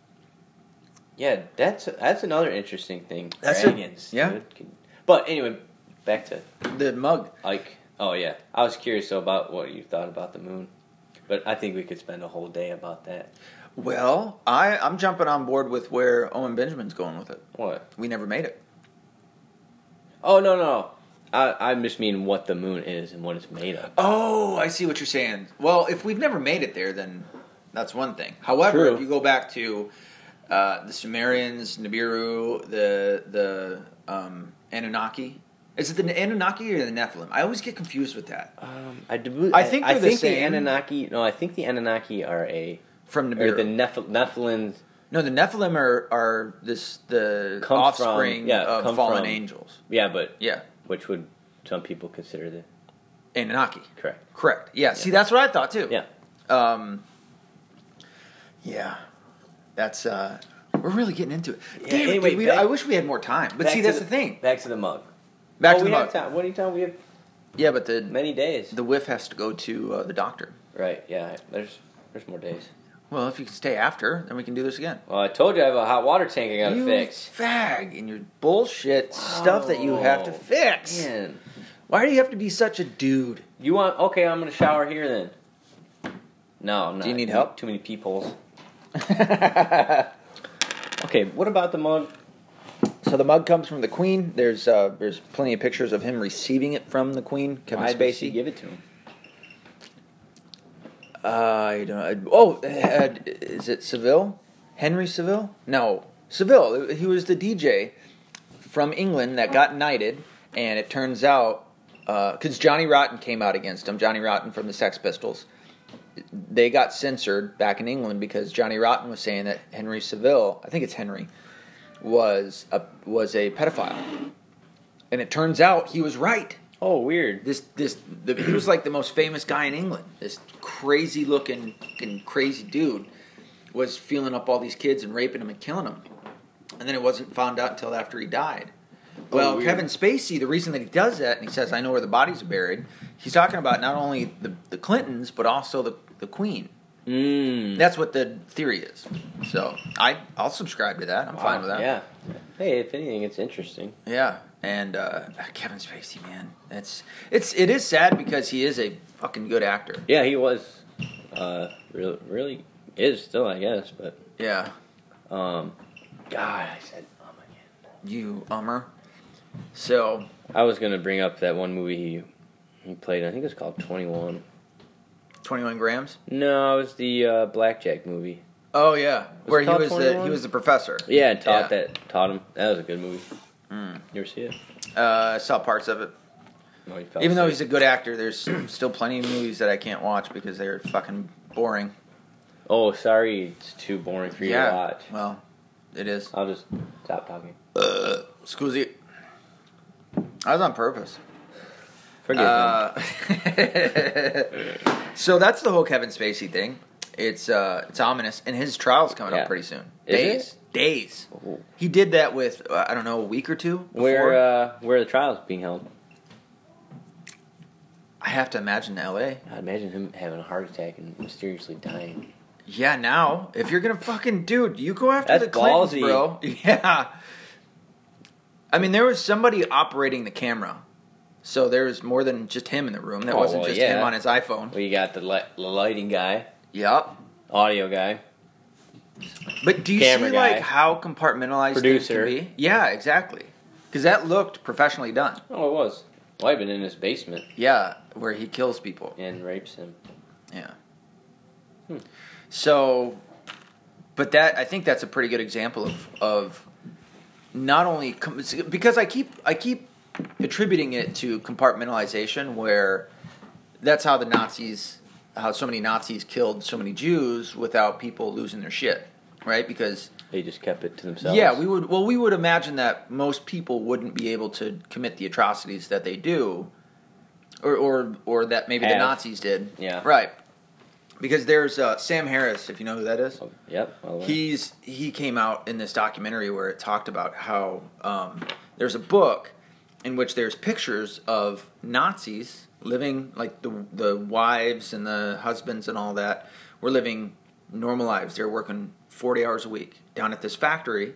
Speaker 2: Yeah, that's that's another interesting thing.
Speaker 1: That's a-
Speaker 2: Dragons.
Speaker 1: yeah.
Speaker 2: dude. But anyway, back to
Speaker 1: The mug.
Speaker 2: Ike. Oh yeah, I was curious though, about what you thought about the moon, but I think we could spend a whole day about that.
Speaker 1: Well, I I'm jumping on board with where Owen Benjamin's going with it.
Speaker 2: What?
Speaker 1: We never made it.
Speaker 2: Oh no no, I I just mean what the moon is and what it's made of.
Speaker 1: Oh, I see what you're saying. Well, if we've never made it there, then that's one thing. However,
Speaker 2: True.
Speaker 1: if you go back to uh, the Sumerians, Nibiru, the the um, Anunnaki, is it the Anunnaki or the Nephilim? I always get confused with that.
Speaker 2: Um, I, do,
Speaker 1: I think
Speaker 2: I,
Speaker 1: they're the
Speaker 2: think
Speaker 1: same.
Speaker 2: Anunnaki. No, I think the Anunnaki are a
Speaker 1: From
Speaker 2: or
Speaker 1: Nibiru,
Speaker 2: the Neph- Nephilim.
Speaker 1: no, the Nephilim are are this the
Speaker 2: Come from-
Speaker 1: offspring
Speaker 2: yeah,
Speaker 1: of
Speaker 2: come
Speaker 1: fallen
Speaker 2: from.
Speaker 1: angels.
Speaker 2: Yeah, but
Speaker 1: Yeah,
Speaker 2: which would some people consider the
Speaker 1: Anunnaki.
Speaker 2: correct?
Speaker 1: Correct. Yeah. See, that's what I thought too.
Speaker 2: Yeah.
Speaker 1: Um, yeah, that's uh, we're really getting into it.
Speaker 2: Yeah,
Speaker 1: Damn it,
Speaker 2: anyway,
Speaker 1: dude, we,
Speaker 2: back-
Speaker 1: I wish we had more time. But
Speaker 2: Back
Speaker 1: see,
Speaker 2: to
Speaker 1: that's the, thing.
Speaker 2: Back to the mug.
Speaker 1: Back
Speaker 2: oh,
Speaker 1: to the
Speaker 2: we
Speaker 1: mug.
Speaker 2: have time. What do you time? We have
Speaker 1: Yeah, but the
Speaker 2: many days.
Speaker 1: the whiff has to go to uh, the doctor.
Speaker 2: right? Yeah. There's there's more days.
Speaker 1: Well, if you can stay after, then we can do this again.
Speaker 2: Well, I told you I have a hot water tank I gotta
Speaker 1: you
Speaker 2: fix.
Speaker 1: fag and your bullshit stuff that you have to
Speaker 2: Wow.
Speaker 1: fix.
Speaker 2: Man,
Speaker 1: Why do you have to be such a dude?
Speaker 2: you want? Okay, I'm gonna shower here then. No, I'm not.
Speaker 1: Do you need help?
Speaker 2: Too many peepholes. Okay, what about the mug?
Speaker 1: So the mug comes from the Queen. There's uh, there's plenty of pictures of him receiving it from the Queen, Kevin
Speaker 2: Why did
Speaker 1: Spacey.
Speaker 2: she give it to him?
Speaker 1: I don't. Oh, uh, is it Seville? Henry Seville? No, Seville. He was the DJ from England that got knighted, and it turns out because Johnny Rotten came out against him. Johnny Rotten from the Sex Pistols. They got censored back in England because Johnny Rotten was saying that Henry Seville, I think it's Henry, was a was a pedophile, and it turns out he was right
Speaker 2: Oh, weird.
Speaker 1: this this the, he was like the most famous guy in England. This crazy looking and crazy dude was feeling up all these kids and raping them and killing them, and then it wasn't found out until after he died. Well,
Speaker 2: Oh, weird.
Speaker 1: Kevin Spacey, the reason that he does that, and he says, "I know where the bodies are buried," he's talking about not only the, the Clintons but also the the Queen.
Speaker 2: Mmm.
Speaker 1: That's what the theory is. So I I'll subscribe to that. I'm fine with that.
Speaker 2: Yeah. Hey, if anything, it's interesting.
Speaker 1: Yeah, and uh, Kevin Spacey, man, that's it's it is sad because he is a fucking good actor.
Speaker 2: Yeah, he was. Uh, really, really is still, I guess. But
Speaker 1: Yeah,
Speaker 2: um, God, I said um again.
Speaker 1: you ummer. So
Speaker 2: I was gonna bring up that one movie he he played. I think it was called Twenty One.
Speaker 1: twenty one grams.
Speaker 2: No, it was the uh, blackjack movie.
Speaker 1: Oh yeah,
Speaker 2: Was
Speaker 1: where
Speaker 2: it
Speaker 1: he
Speaker 2: called
Speaker 1: was the
Speaker 2: 21?
Speaker 1: he was the professor.
Speaker 2: Yeah, Mm. and taught
Speaker 1: Yeah.
Speaker 2: that taught him. That was a good movie. You ever see it?
Speaker 1: Uh, I saw parts of it.
Speaker 2: No, you fell
Speaker 1: Even though he's
Speaker 2: asleep.
Speaker 1: a good actor, there's still plenty of movies that I can't watch because they're fucking boring.
Speaker 2: Oh, sorry, it's too boring for you to watch.
Speaker 1: Well, it is.
Speaker 2: I'll just stop talking.
Speaker 1: Excuse me. That was on purpose.
Speaker 2: Forgive me.
Speaker 1: Uh, so that's the whole Kevin Spacey thing. It's uh, it's ominous, and his trial's coming
Speaker 2: Yeah.
Speaker 1: up pretty soon.
Speaker 2: Is it?
Speaker 1: days, days. He did that with uh, I don't know a week or two. Before.
Speaker 2: Where uh, where are the trials being held?
Speaker 1: I have to imagine L.A.
Speaker 2: I imagine him having a heart attack and mysteriously dying.
Speaker 1: Yeah, now if you're gonna fucking dude, you go after
Speaker 2: That's
Speaker 1: the Clintons,
Speaker 2: ballsy.
Speaker 1: bro. Yeah. I mean, there was somebody operating the camera, so there was more than just him in the room. That
Speaker 2: Oh,
Speaker 1: wasn't
Speaker 2: well,
Speaker 1: just
Speaker 2: yeah.
Speaker 1: him on his iPhone.
Speaker 2: Well, you got the li- the lighting guy,
Speaker 1: Yep.
Speaker 2: audio guy.
Speaker 1: But do you
Speaker 2: Camera
Speaker 1: see
Speaker 2: guy.
Speaker 1: like how compartmentalized
Speaker 2: Producer.
Speaker 1: things can be? Yeah, exactly. Because that looked professionally done.
Speaker 2: Oh, it was. Well, I've been in his basement
Speaker 1: Yeah, where he kills people.
Speaker 2: and rapes him.
Speaker 1: Yeah. So, but that I think that's a pretty good example of of not only com- because I keep I keep attributing it to compartmentalization where that's how the Nazis how so many Nazis killed so many Jews without people losing their shit, right? Because
Speaker 2: They just kept it to themselves.
Speaker 1: Yeah, we would. Well, we would imagine that most people wouldn't be able to commit the atrocities that they do, or or or that maybe the
Speaker 2: Have.
Speaker 1: Nazis did.
Speaker 2: Yeah.
Speaker 1: right. Because there's uh, Sam Harris, if you know who that is.
Speaker 2: Oh, yep. all the way.
Speaker 1: He's he came out in this documentary where it talked about how um, there's a book in which there's pictures of Nazis living like the the wives and the husbands and all that were living normal lives. They're working 40 hours a week down at this factory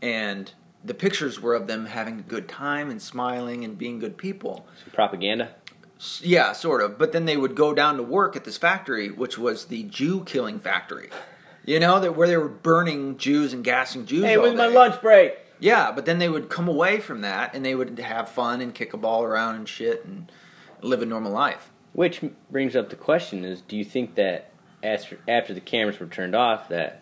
Speaker 1: and the pictures were of them having a good time and smiling and being good people.
Speaker 2: Some propaganda.
Speaker 1: S- Yeah, sort of. But then they would go down to work at this factory, which was the Jew killing factory. You know, that where they were burning Jews and gassing Jews.
Speaker 2: Hey,
Speaker 1: all
Speaker 2: when's my
Speaker 1: day.
Speaker 2: lunch break?
Speaker 1: Yeah, but then they would come away from that and they would have fun and kick a ball around and shit and live a normal life.
Speaker 2: Which m- brings up the question: Is do you think that after, after the cameras were turned off that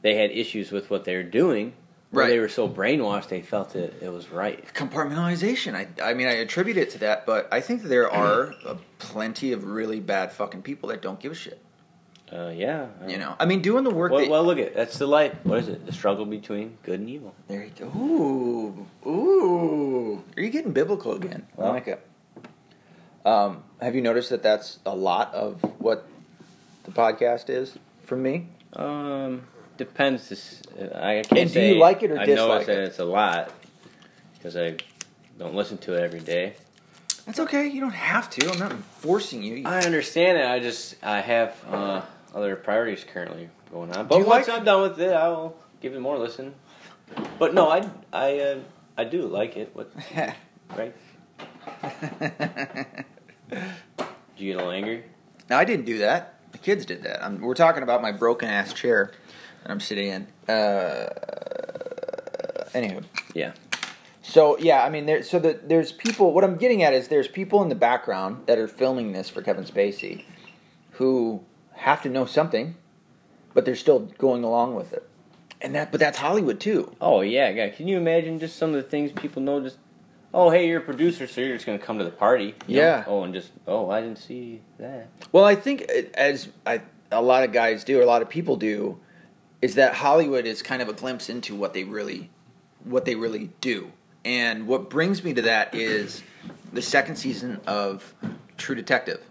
Speaker 2: they had issues with what they were doing, or
Speaker 1: Right.
Speaker 2: they were so brainwashed they felt that it was right?
Speaker 1: Compartmentalization. I, I mean, I attribute it to that, but I think there are uh, plenty of really bad fucking people that don't give a shit.
Speaker 2: Uh, yeah. I-
Speaker 1: You know, I mean, doing the work.
Speaker 2: Well,
Speaker 1: that,
Speaker 2: well, look at that's the life. What is it? The struggle between good and evil.
Speaker 1: There you go. Ooh, ooh. Are you getting biblical again?
Speaker 2: Well.
Speaker 1: it. Um, have you noticed that that's a lot of what the podcast is for me?
Speaker 2: Um, depends. This uh, I can't
Speaker 1: And do you
Speaker 2: say
Speaker 1: like it or
Speaker 2: I
Speaker 1: dislike
Speaker 2: notice that
Speaker 1: it?
Speaker 2: it's a lot because I don't listen to it every day.
Speaker 1: That's okay. You don't have to. I'm not forcing you.
Speaker 2: I understand it. I just I have uh, other priorities currently going on.
Speaker 1: you
Speaker 2: But once
Speaker 1: like-
Speaker 2: I'm done with it, I will give it more listen. But no, I I uh, I do like it. What right? Do you get a little angry?
Speaker 1: now I didn't do that. The kids did that. I'm, we're talking about my broken ass chair that I'm sitting in. Uh, anywho.
Speaker 2: Yeah.
Speaker 1: So yeah, I mean, there. So the, there's people. What I'm getting at is there's people in the background that are filming this for Kevin Spacey, who have to know something, but they're still going along with it. And that, but that's Hollywood too.
Speaker 2: Oh yeah, yeah. Can you imagine just some of the things people know? Just oh hey, you're a producer, so you're just gonna come to the party. you know?
Speaker 1: Yeah.
Speaker 2: Oh, and just oh, I didn't see that.
Speaker 1: Well, I think it- as I, a lot of guys do, or a lot of people do, is that Hollywood is kind of a glimpse into what they really, what they really do. And what brings me to that is the second season of True Detective.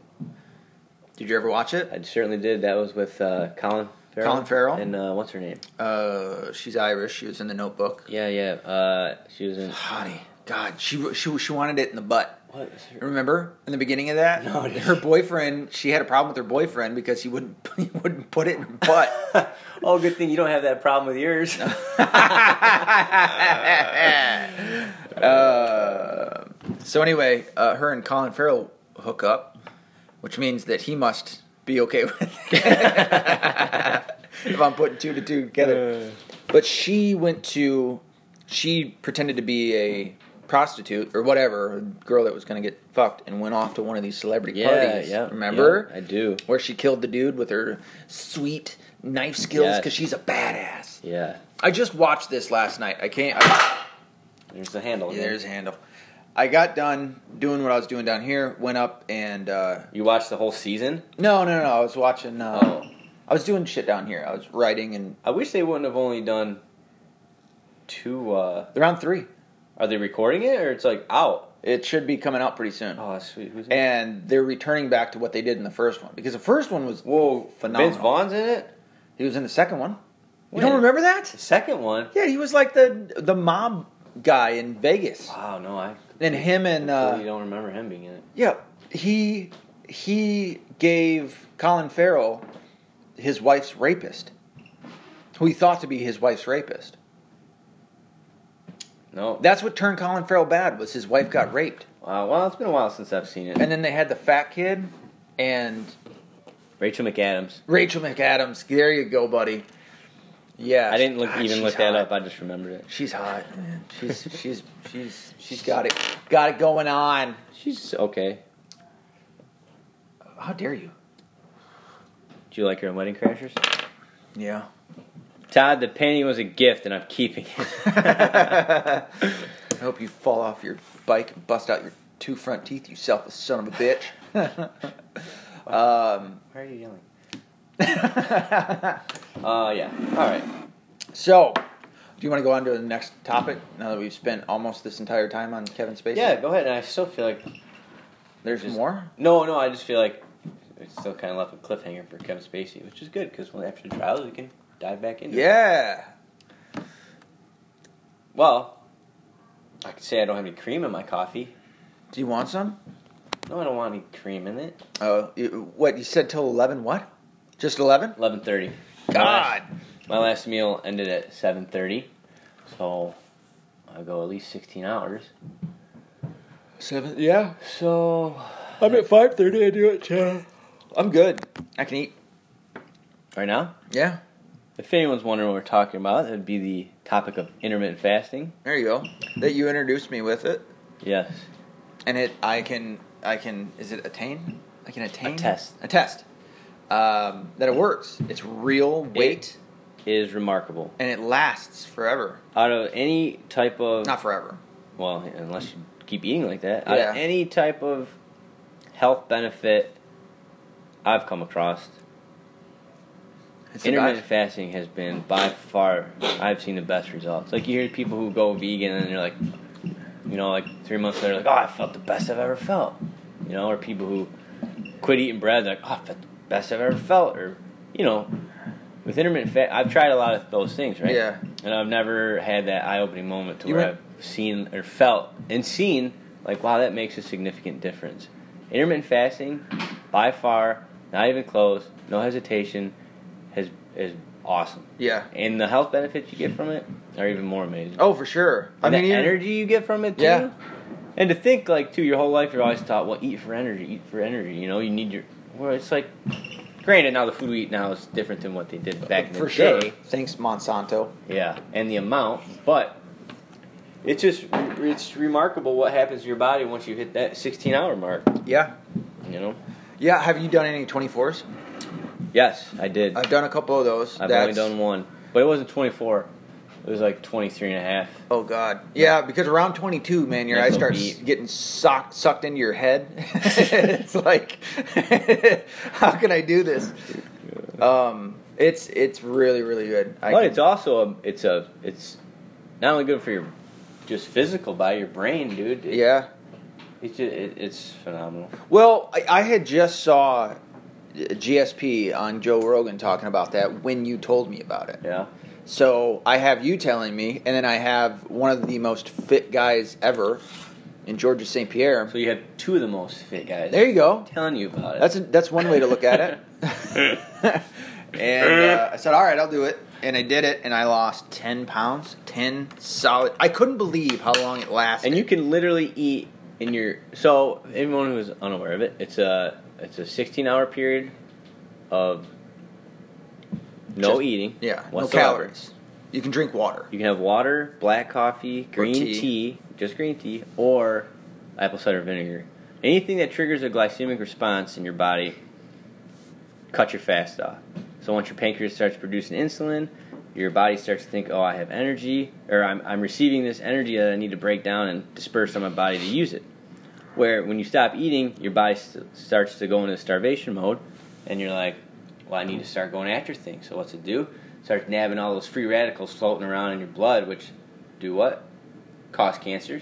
Speaker 1: Did you ever watch it?
Speaker 2: I certainly did. That was with uh, Colin. Farrell
Speaker 1: Colin Farrell?
Speaker 2: and uh, what's her name?
Speaker 1: Uh, she's Irish. She was in the Notebook.
Speaker 2: Yeah, yeah. Uh, she was in.
Speaker 1: Honey, God, she she she wanted it in the butt.
Speaker 2: What is her?
Speaker 1: Remember in the beginning of that,
Speaker 2: No, I didn't.
Speaker 1: her boyfriend. She had a problem with her boyfriend because he wouldn't he wouldn't put it in her butt.
Speaker 2: Oh, good thing you don't have that problem with yours.
Speaker 1: uh, so anyway, uh, her and Colin Farrell hook up, which means that he must be okay with it. if I'm putting two to two together. But she went to, she pretended to be a prostitute or whatever, a girl that was going to get fucked, and went off to one of these celebrity
Speaker 2: yeah,
Speaker 1: parties.
Speaker 2: yeah.
Speaker 1: Remember?
Speaker 2: Yeah, I do.
Speaker 1: Where she killed the dude with her sweet knife skills
Speaker 2: Yes.
Speaker 1: because she's a badass.
Speaker 2: Yeah.
Speaker 1: I just watched this last night. I can't. I,
Speaker 2: There's the handle.
Speaker 1: Yeah,
Speaker 2: again.
Speaker 1: there's a handle. I got done doing what I was doing down here. Went up and uh,
Speaker 2: you watched the whole season.
Speaker 1: no, no, no. I was watching. Uh,
Speaker 2: Oh.
Speaker 1: I was doing shit down here. I was writing and
Speaker 2: I wish they wouldn't have only done two. uh
Speaker 1: they're on three.
Speaker 2: Are they recording it or it's like out?
Speaker 1: It should be coming out pretty soon.
Speaker 2: Oh, that's sweet. Who's
Speaker 1: And they're returning back to what they did in the first one because the first one was whoa phenomenal.
Speaker 2: Vince Vaughn's in it.
Speaker 1: He was in the second one. You
Speaker 2: When?
Speaker 1: don't remember that?
Speaker 2: The second one.
Speaker 1: Yeah, he was like the the mob guy in Vegas.
Speaker 2: Wow, no, I
Speaker 1: And him and
Speaker 2: completely
Speaker 1: uh,
Speaker 2: don't remember him being in it.
Speaker 1: yeah, he he gave Colin Farrell his wife's rapist, who he thought to be his wife's rapist.
Speaker 2: No, that.
Speaker 1: That's what turned Colin Farrell bad was his wife got raped,
Speaker 2: Wow, well, it's been a while since I've seen it.
Speaker 1: and then they had the fat kid and
Speaker 2: Rachel McAdams.
Speaker 1: Rachel McAdams. There you go, buddy. Yeah,
Speaker 2: I didn't look,
Speaker 1: God,
Speaker 2: even
Speaker 1: she's
Speaker 2: look that
Speaker 1: hot.
Speaker 2: up. I just remembered it.
Speaker 1: She's hot, man. She's she's she's she's got it got it going on.
Speaker 2: She's okay.
Speaker 1: How dare you?
Speaker 2: Do you like her in Wedding Crashers?
Speaker 1: Yeah.
Speaker 2: Todd, the penny was a gift, and I'm keeping it.
Speaker 1: I hope you fall off your bike and bust out your two front teeth, you selfless son of a bitch. um,
Speaker 2: Why are you yelling? Uh, yeah. All right.
Speaker 1: so, do you want to go on to the next topic now that we've spent almost this entire time on Kevin Spacey?
Speaker 2: Yeah, go ahead. And I still feel like
Speaker 1: There's
Speaker 2: Just-
Speaker 1: more?
Speaker 2: no, no. I just feel like it's still kind of left a cliffhanger for Kevin Spacey, which is good because after the trial, we can dive back into. it.
Speaker 1: Yeah.
Speaker 2: Well, I could say I don't have any cream in my coffee.
Speaker 1: Do you want some?
Speaker 2: No, I don't want any cream in it.
Speaker 1: Oh, you- what? You said till 11, what? Just 11?
Speaker 2: Eleven thirty. My last meal ended at 7:30, so I go at least 16 hours.
Speaker 1: Seven? Yeah.
Speaker 2: So
Speaker 1: I'm at 5.30, I do it too. I'm good. I can eat.
Speaker 2: right now,
Speaker 1: Yeah.
Speaker 2: if anyone's wondering what we're talking about, it'd be the topic of intermittent fasting.
Speaker 1: There you go. That you introduced me with it.
Speaker 2: Yes,
Speaker 1: and it I can I can is it attain? I can attain
Speaker 2: Attest.
Speaker 1: a test um, that it works. It's real weight
Speaker 2: it is remarkable.
Speaker 1: and it lasts forever.
Speaker 2: Out of any type of
Speaker 1: Not forever.
Speaker 2: well, unless you keep eating like that, out of
Speaker 1: Yeah.
Speaker 2: any type of health benefit I've come across,
Speaker 1: It's
Speaker 2: Intermittent
Speaker 1: about-
Speaker 2: fasting has been by far I've seen the best results. Like you hear people who go vegan and they're like, you know, like three months later, like, oh, I felt the best I've ever felt. You know, or people who quit eating bread, they're like, oh, I felt the best I've ever felt. Or, you know, with intermittent fast, I've tried a lot of those things, right?
Speaker 1: Yeah.
Speaker 2: And I've never had that eye-opening moment to
Speaker 1: You
Speaker 2: where
Speaker 1: went-
Speaker 2: I've seen or felt and seen like, wow, that makes a significant difference. Intermittent fasting, by far, not even close, no hesitation, has is awesome.
Speaker 1: yeah.
Speaker 2: And the health benefits you get from it are even more amazing.
Speaker 1: Oh, for sure. I
Speaker 2: And
Speaker 1: mean,
Speaker 2: the
Speaker 1: even-
Speaker 2: energy you get from it too.
Speaker 1: Yeah.
Speaker 2: And to think like too, your whole life you're always taught, well, eat for energy, eat for energy. You know, you need your. Well, it's like, granted, now the food we eat now is different than what they did back in
Speaker 1: for
Speaker 2: the
Speaker 1: sure.
Speaker 2: day.
Speaker 1: Thanks, Monsanto.
Speaker 2: Yeah, and the amount, but it's just it's remarkable what happens to your body once you hit that 16 hour mark.
Speaker 1: Yeah.
Speaker 2: You know.
Speaker 1: Yeah. Have you done any twenty fours?
Speaker 2: Yes, I did.
Speaker 1: I've done a couple of those.
Speaker 2: I've only done one, but it wasn't 24. It was like 23 and a half.
Speaker 1: Oh God, yeah, because around 22, man, your eyes
Speaker 2: Mental
Speaker 1: start s-
Speaker 2: beat.
Speaker 1: getting socked, sucked into your head. it's like, how can I do this? Um, it's it's really really good. I
Speaker 2: but
Speaker 1: can-
Speaker 2: it's also a, it's a it's not only good for your just physical body, your brain, dude. It-
Speaker 1: yeah.
Speaker 2: it's just, it, it's phenomenal.
Speaker 1: Well, I, I had just saw GSP on Joe Rogan talking about that when you told me about it.
Speaker 2: Yeah,
Speaker 1: So I have you telling me, and then I have one of the most fit guys ever in Georgia St. Pierre.
Speaker 2: so you have two of the most fit guys.
Speaker 1: There you go.
Speaker 2: I'm telling you about it.
Speaker 1: That's a, that's one way to look at it. and uh, I said, "All right, I'll do it," and I did it, and I lost ten pounds, ten solid. I couldn't believe how long it lasted.
Speaker 2: and you can literally eat in your so anyone who's unaware of it it's a it's a 16 hour period of no
Speaker 1: Just-
Speaker 2: eating
Speaker 1: yeah, no
Speaker 2: whatsoever.
Speaker 1: calories. You can drink water.
Speaker 2: you can have water black coffee green
Speaker 1: tea.
Speaker 2: tea. just green tea or apple cider vinegar anything that triggers a glycemic response in your body cut your fast off so once your pancreas starts producing insulin Your body starts to think, oh, I have energy, or I'm, I'm receiving this energy that I need to break down and disperse on my body to use it. Where when you stop eating, your body st- starts to go into starvation mode, and you're like, well, I need to start going after things. So what's it do? Starts nabbing all those free radicals floating around in your blood, which do what? Cause cancers.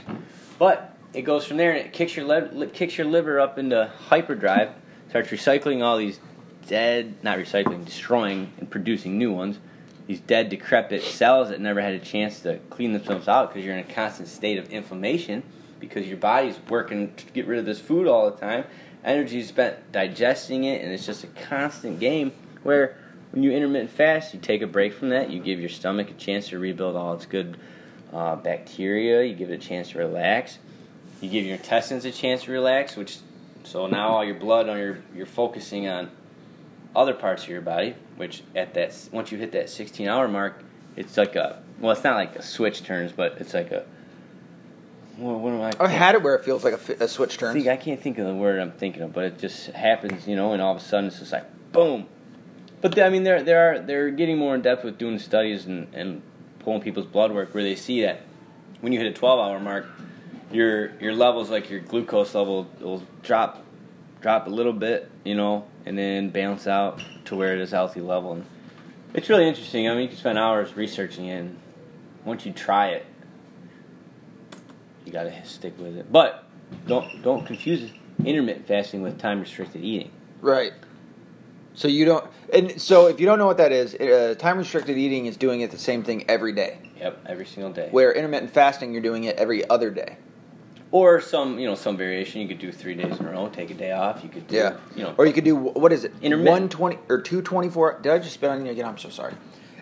Speaker 2: But it goes from there and it kicks your lev- li- kicks your liver up into hyperdrive, starts recycling all these dead, not recycling, destroying and producing new ones. These dead, decrepit cells that never had a chance to clean themselves out because you're in a constant state of inflammation because your body's working to get rid of this food all the time. Energy's spent digesting it, and it's just a constant game where when you intermittent fast, you take a break from that, you give your stomach a chance to rebuild all its good uh, bacteria, you give it a chance to relax, you give your intestines a chance to relax, which so now all your blood on your you're focusing on other parts of your body, which at that once you hit that 16 hour mark, it's like a well, it's not like a switch turns, but it's like a well, what am I?
Speaker 1: I've had Oh, it where it feels like a, fi- a switch turns.
Speaker 2: See, I can't think of the word I'm thinking of, but it just happens, you know, and all of a sudden it's just like boom. But I mean, they're they are they're getting more in depth with doing studies and and pulling people's blood work where they see that when you hit a 12 hour mark, your your levels like your glucose level will drop drop a little bit, you know, and then balance out to where it is healthy level. And it's really interesting. I mean, you can spend hours researching it. And once you try it, you gotta stick with it. But don't don't confuse intermittent fasting with time restricted eating.
Speaker 1: Right. So you don't, and so if you don't know what that is, uh, time restricted eating is doing it the same thing every day.
Speaker 2: Yep, every single day.
Speaker 1: Where intermittent fasting, you're doing it every other day.
Speaker 2: Or some you know some variation. You could do three days in a row, take a day off. You could do,
Speaker 1: Yeah.
Speaker 2: you know
Speaker 1: Or you could do what is it?
Speaker 2: Intermittent.
Speaker 1: One twenty or two twenty four? Did I just spit on you again? I'm so sorry.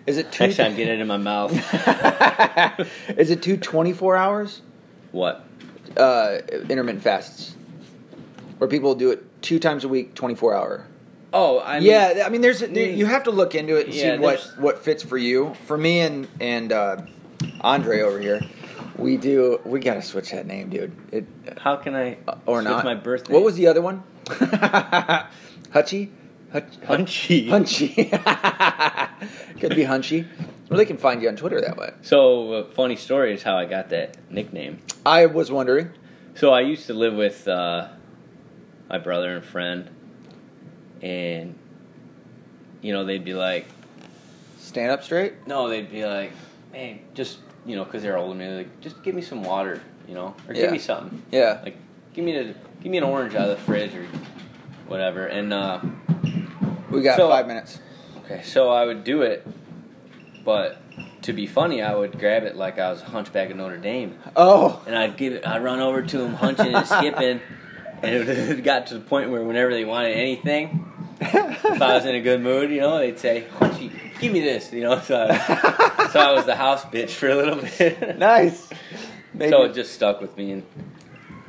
Speaker 1: Is it two?
Speaker 2: next time get it in my mouth.
Speaker 1: is it two twenty four hours?
Speaker 2: what?
Speaker 1: Uh, intermittent fasts, where people do it two times a week, twenty four hour.
Speaker 2: Oh, I mean,
Speaker 1: yeah, I mean, there's there, you have to look into it and
Speaker 2: Yeah,
Speaker 1: see what
Speaker 2: there's-
Speaker 1: what fits for you. For me and and uh, Andre over here, we do we gotta switch that name, dude. It
Speaker 2: How can I
Speaker 1: Uh, or
Speaker 2: switch
Speaker 1: not
Speaker 2: my birthday?
Speaker 1: What was the other one? Hutchie, Hutch,
Speaker 2: punchy?
Speaker 1: Hunchy. Could be Hunchy. Well, they can find you on Twitter that way.
Speaker 2: So uh, funny story is how I got that nickname.
Speaker 1: I was wondering.
Speaker 2: So I used to live with uh, my brother and friend, and you know they'd be like,
Speaker 1: Stand up straight.
Speaker 2: No, they'd be like, man, just, you know, because they're older than me, like, just give me some water, you know, or
Speaker 1: Yeah.
Speaker 2: give me something.
Speaker 1: Yeah.
Speaker 2: Like, give me the, give me an orange out of the fridge or whatever. And, uh,
Speaker 1: we got
Speaker 2: so-
Speaker 1: five minutes.
Speaker 2: okay, so I would do it, but to be funny, I would grab it like I was a hunchback of Notre Dame.
Speaker 1: Oh,
Speaker 2: And I'd give it, I'd run over to him, hunching and skipping. And it got to the point where whenever they wanted anything, if I was in a good mood, you know, they'd say, Hunchy, give me this, you know. So I, so I was the house bitch for a little bit.
Speaker 1: nice. Maybe.
Speaker 2: So it just stuck with me, and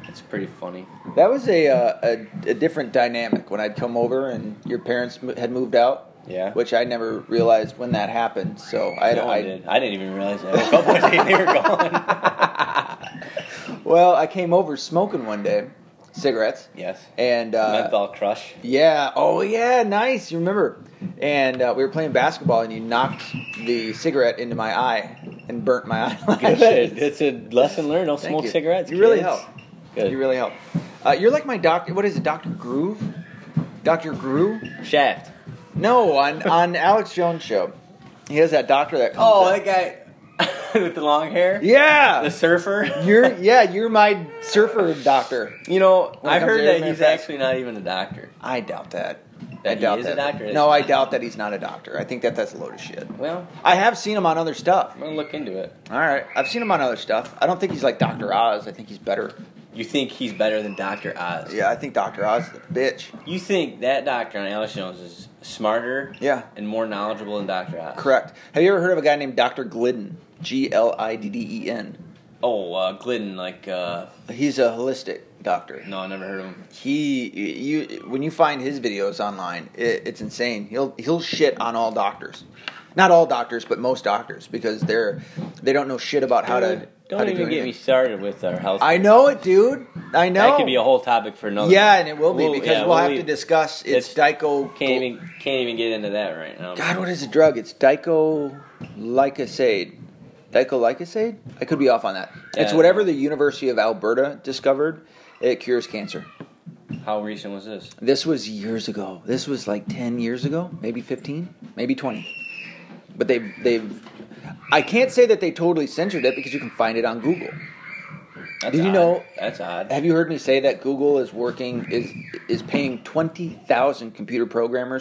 Speaker 2: it's pretty funny.
Speaker 1: That was a, uh, a a different dynamic when I'd come over and your parents mo- had moved out.
Speaker 2: Yeah.
Speaker 1: Which I never realized when that happened. So I,
Speaker 2: No one
Speaker 1: I
Speaker 2: did. I didn't even realize that. A couple days they were gone.
Speaker 1: well, I came over smoking one day, cigarettes,
Speaker 2: Yes.
Speaker 1: and uh,
Speaker 2: Menthol crush.
Speaker 1: Yeah. Oh, yeah. Nice. You remember? And uh, we were playing basketball, and you knocked the cigarette into my eye and burnt my eye.
Speaker 2: Good shit. It's a lesson learned. Don't
Speaker 1: Thank
Speaker 2: smoke
Speaker 1: you.
Speaker 2: cigarettes.
Speaker 1: You really
Speaker 2: kids.
Speaker 1: help.
Speaker 2: Good.
Speaker 1: You really help. Uh, you're like my doctor. What is it, Doctor Groove? Doctor Groove?
Speaker 2: Shaft.
Speaker 1: No, on on Alex Jones' show, he has that doctor that comes.
Speaker 2: Oh,
Speaker 1: in.
Speaker 2: that guy with the long hair.
Speaker 1: yeah.
Speaker 2: The surfer.
Speaker 1: You're yeah. You're my surfer doctor.
Speaker 2: You know,
Speaker 1: When it
Speaker 2: I've
Speaker 1: comes
Speaker 2: heard
Speaker 1: to
Speaker 2: that
Speaker 1: Iron
Speaker 2: he's
Speaker 1: Man Fest.
Speaker 2: actually not even a doctor.
Speaker 1: I doubt that.
Speaker 2: That
Speaker 1: I
Speaker 2: he
Speaker 1: doubt
Speaker 2: is a
Speaker 1: that.
Speaker 2: doctor?
Speaker 1: No, I doubt that he's not a doctor. I think that that's a load of shit.
Speaker 2: Well,
Speaker 1: I have seen him on other stuff.
Speaker 2: I'm gonna look into it.
Speaker 1: All right, I've seen him on other stuff. I don't think he's like Doctor Oz. I think he's better.
Speaker 2: You think he's better than Doctor Oz?
Speaker 1: Yeah, I think Doctor Oz is a bitch.
Speaker 2: You think that doctor on Alex Jones is smarter?
Speaker 1: Yeah.
Speaker 2: And more knowledgeable than Doctor Oz?
Speaker 1: Correct. Have you ever heard of a guy named Doctor Glidden? G L I D D E N.
Speaker 2: Oh, uh, Glidden, like, uh,
Speaker 1: He's a holistic doctor.
Speaker 2: no, I never heard of him.
Speaker 1: He, you, when you find his videos online, it, it's insane. He'll he'll shit on all doctors, not all doctors, but most doctors because they're they don't know shit about how to.
Speaker 2: Don't
Speaker 1: how to do
Speaker 2: even get me
Speaker 1: anything.
Speaker 2: started with our health.
Speaker 1: I know it, dude. I know.
Speaker 2: That could be a whole topic for another.
Speaker 1: Yeah, and it will be
Speaker 2: We'll-
Speaker 1: because
Speaker 2: yeah,
Speaker 1: we'll,
Speaker 2: we'll
Speaker 1: have to
Speaker 2: leave-
Speaker 1: discuss it's,
Speaker 2: It's-
Speaker 1: dico.
Speaker 2: Can't even can't even get into that right now.
Speaker 1: God, what is the drug? It's dico. Lycosade. Dicolycosade? I could be off on that. It's
Speaker 2: Yeah.
Speaker 1: whatever the University of Alberta discovered. It cures cancer.
Speaker 2: How recent was this?
Speaker 1: This was years ago. This was like 10 years ago, maybe 15, maybe 20. But they've, they've, I can't say that they totally censored it because you can find it on Google.
Speaker 2: That's
Speaker 1: Did you
Speaker 2: odd.
Speaker 1: know-
Speaker 2: That's odd.
Speaker 1: Have you heard me say that Google is working, is, is paying 20,000 computer programmers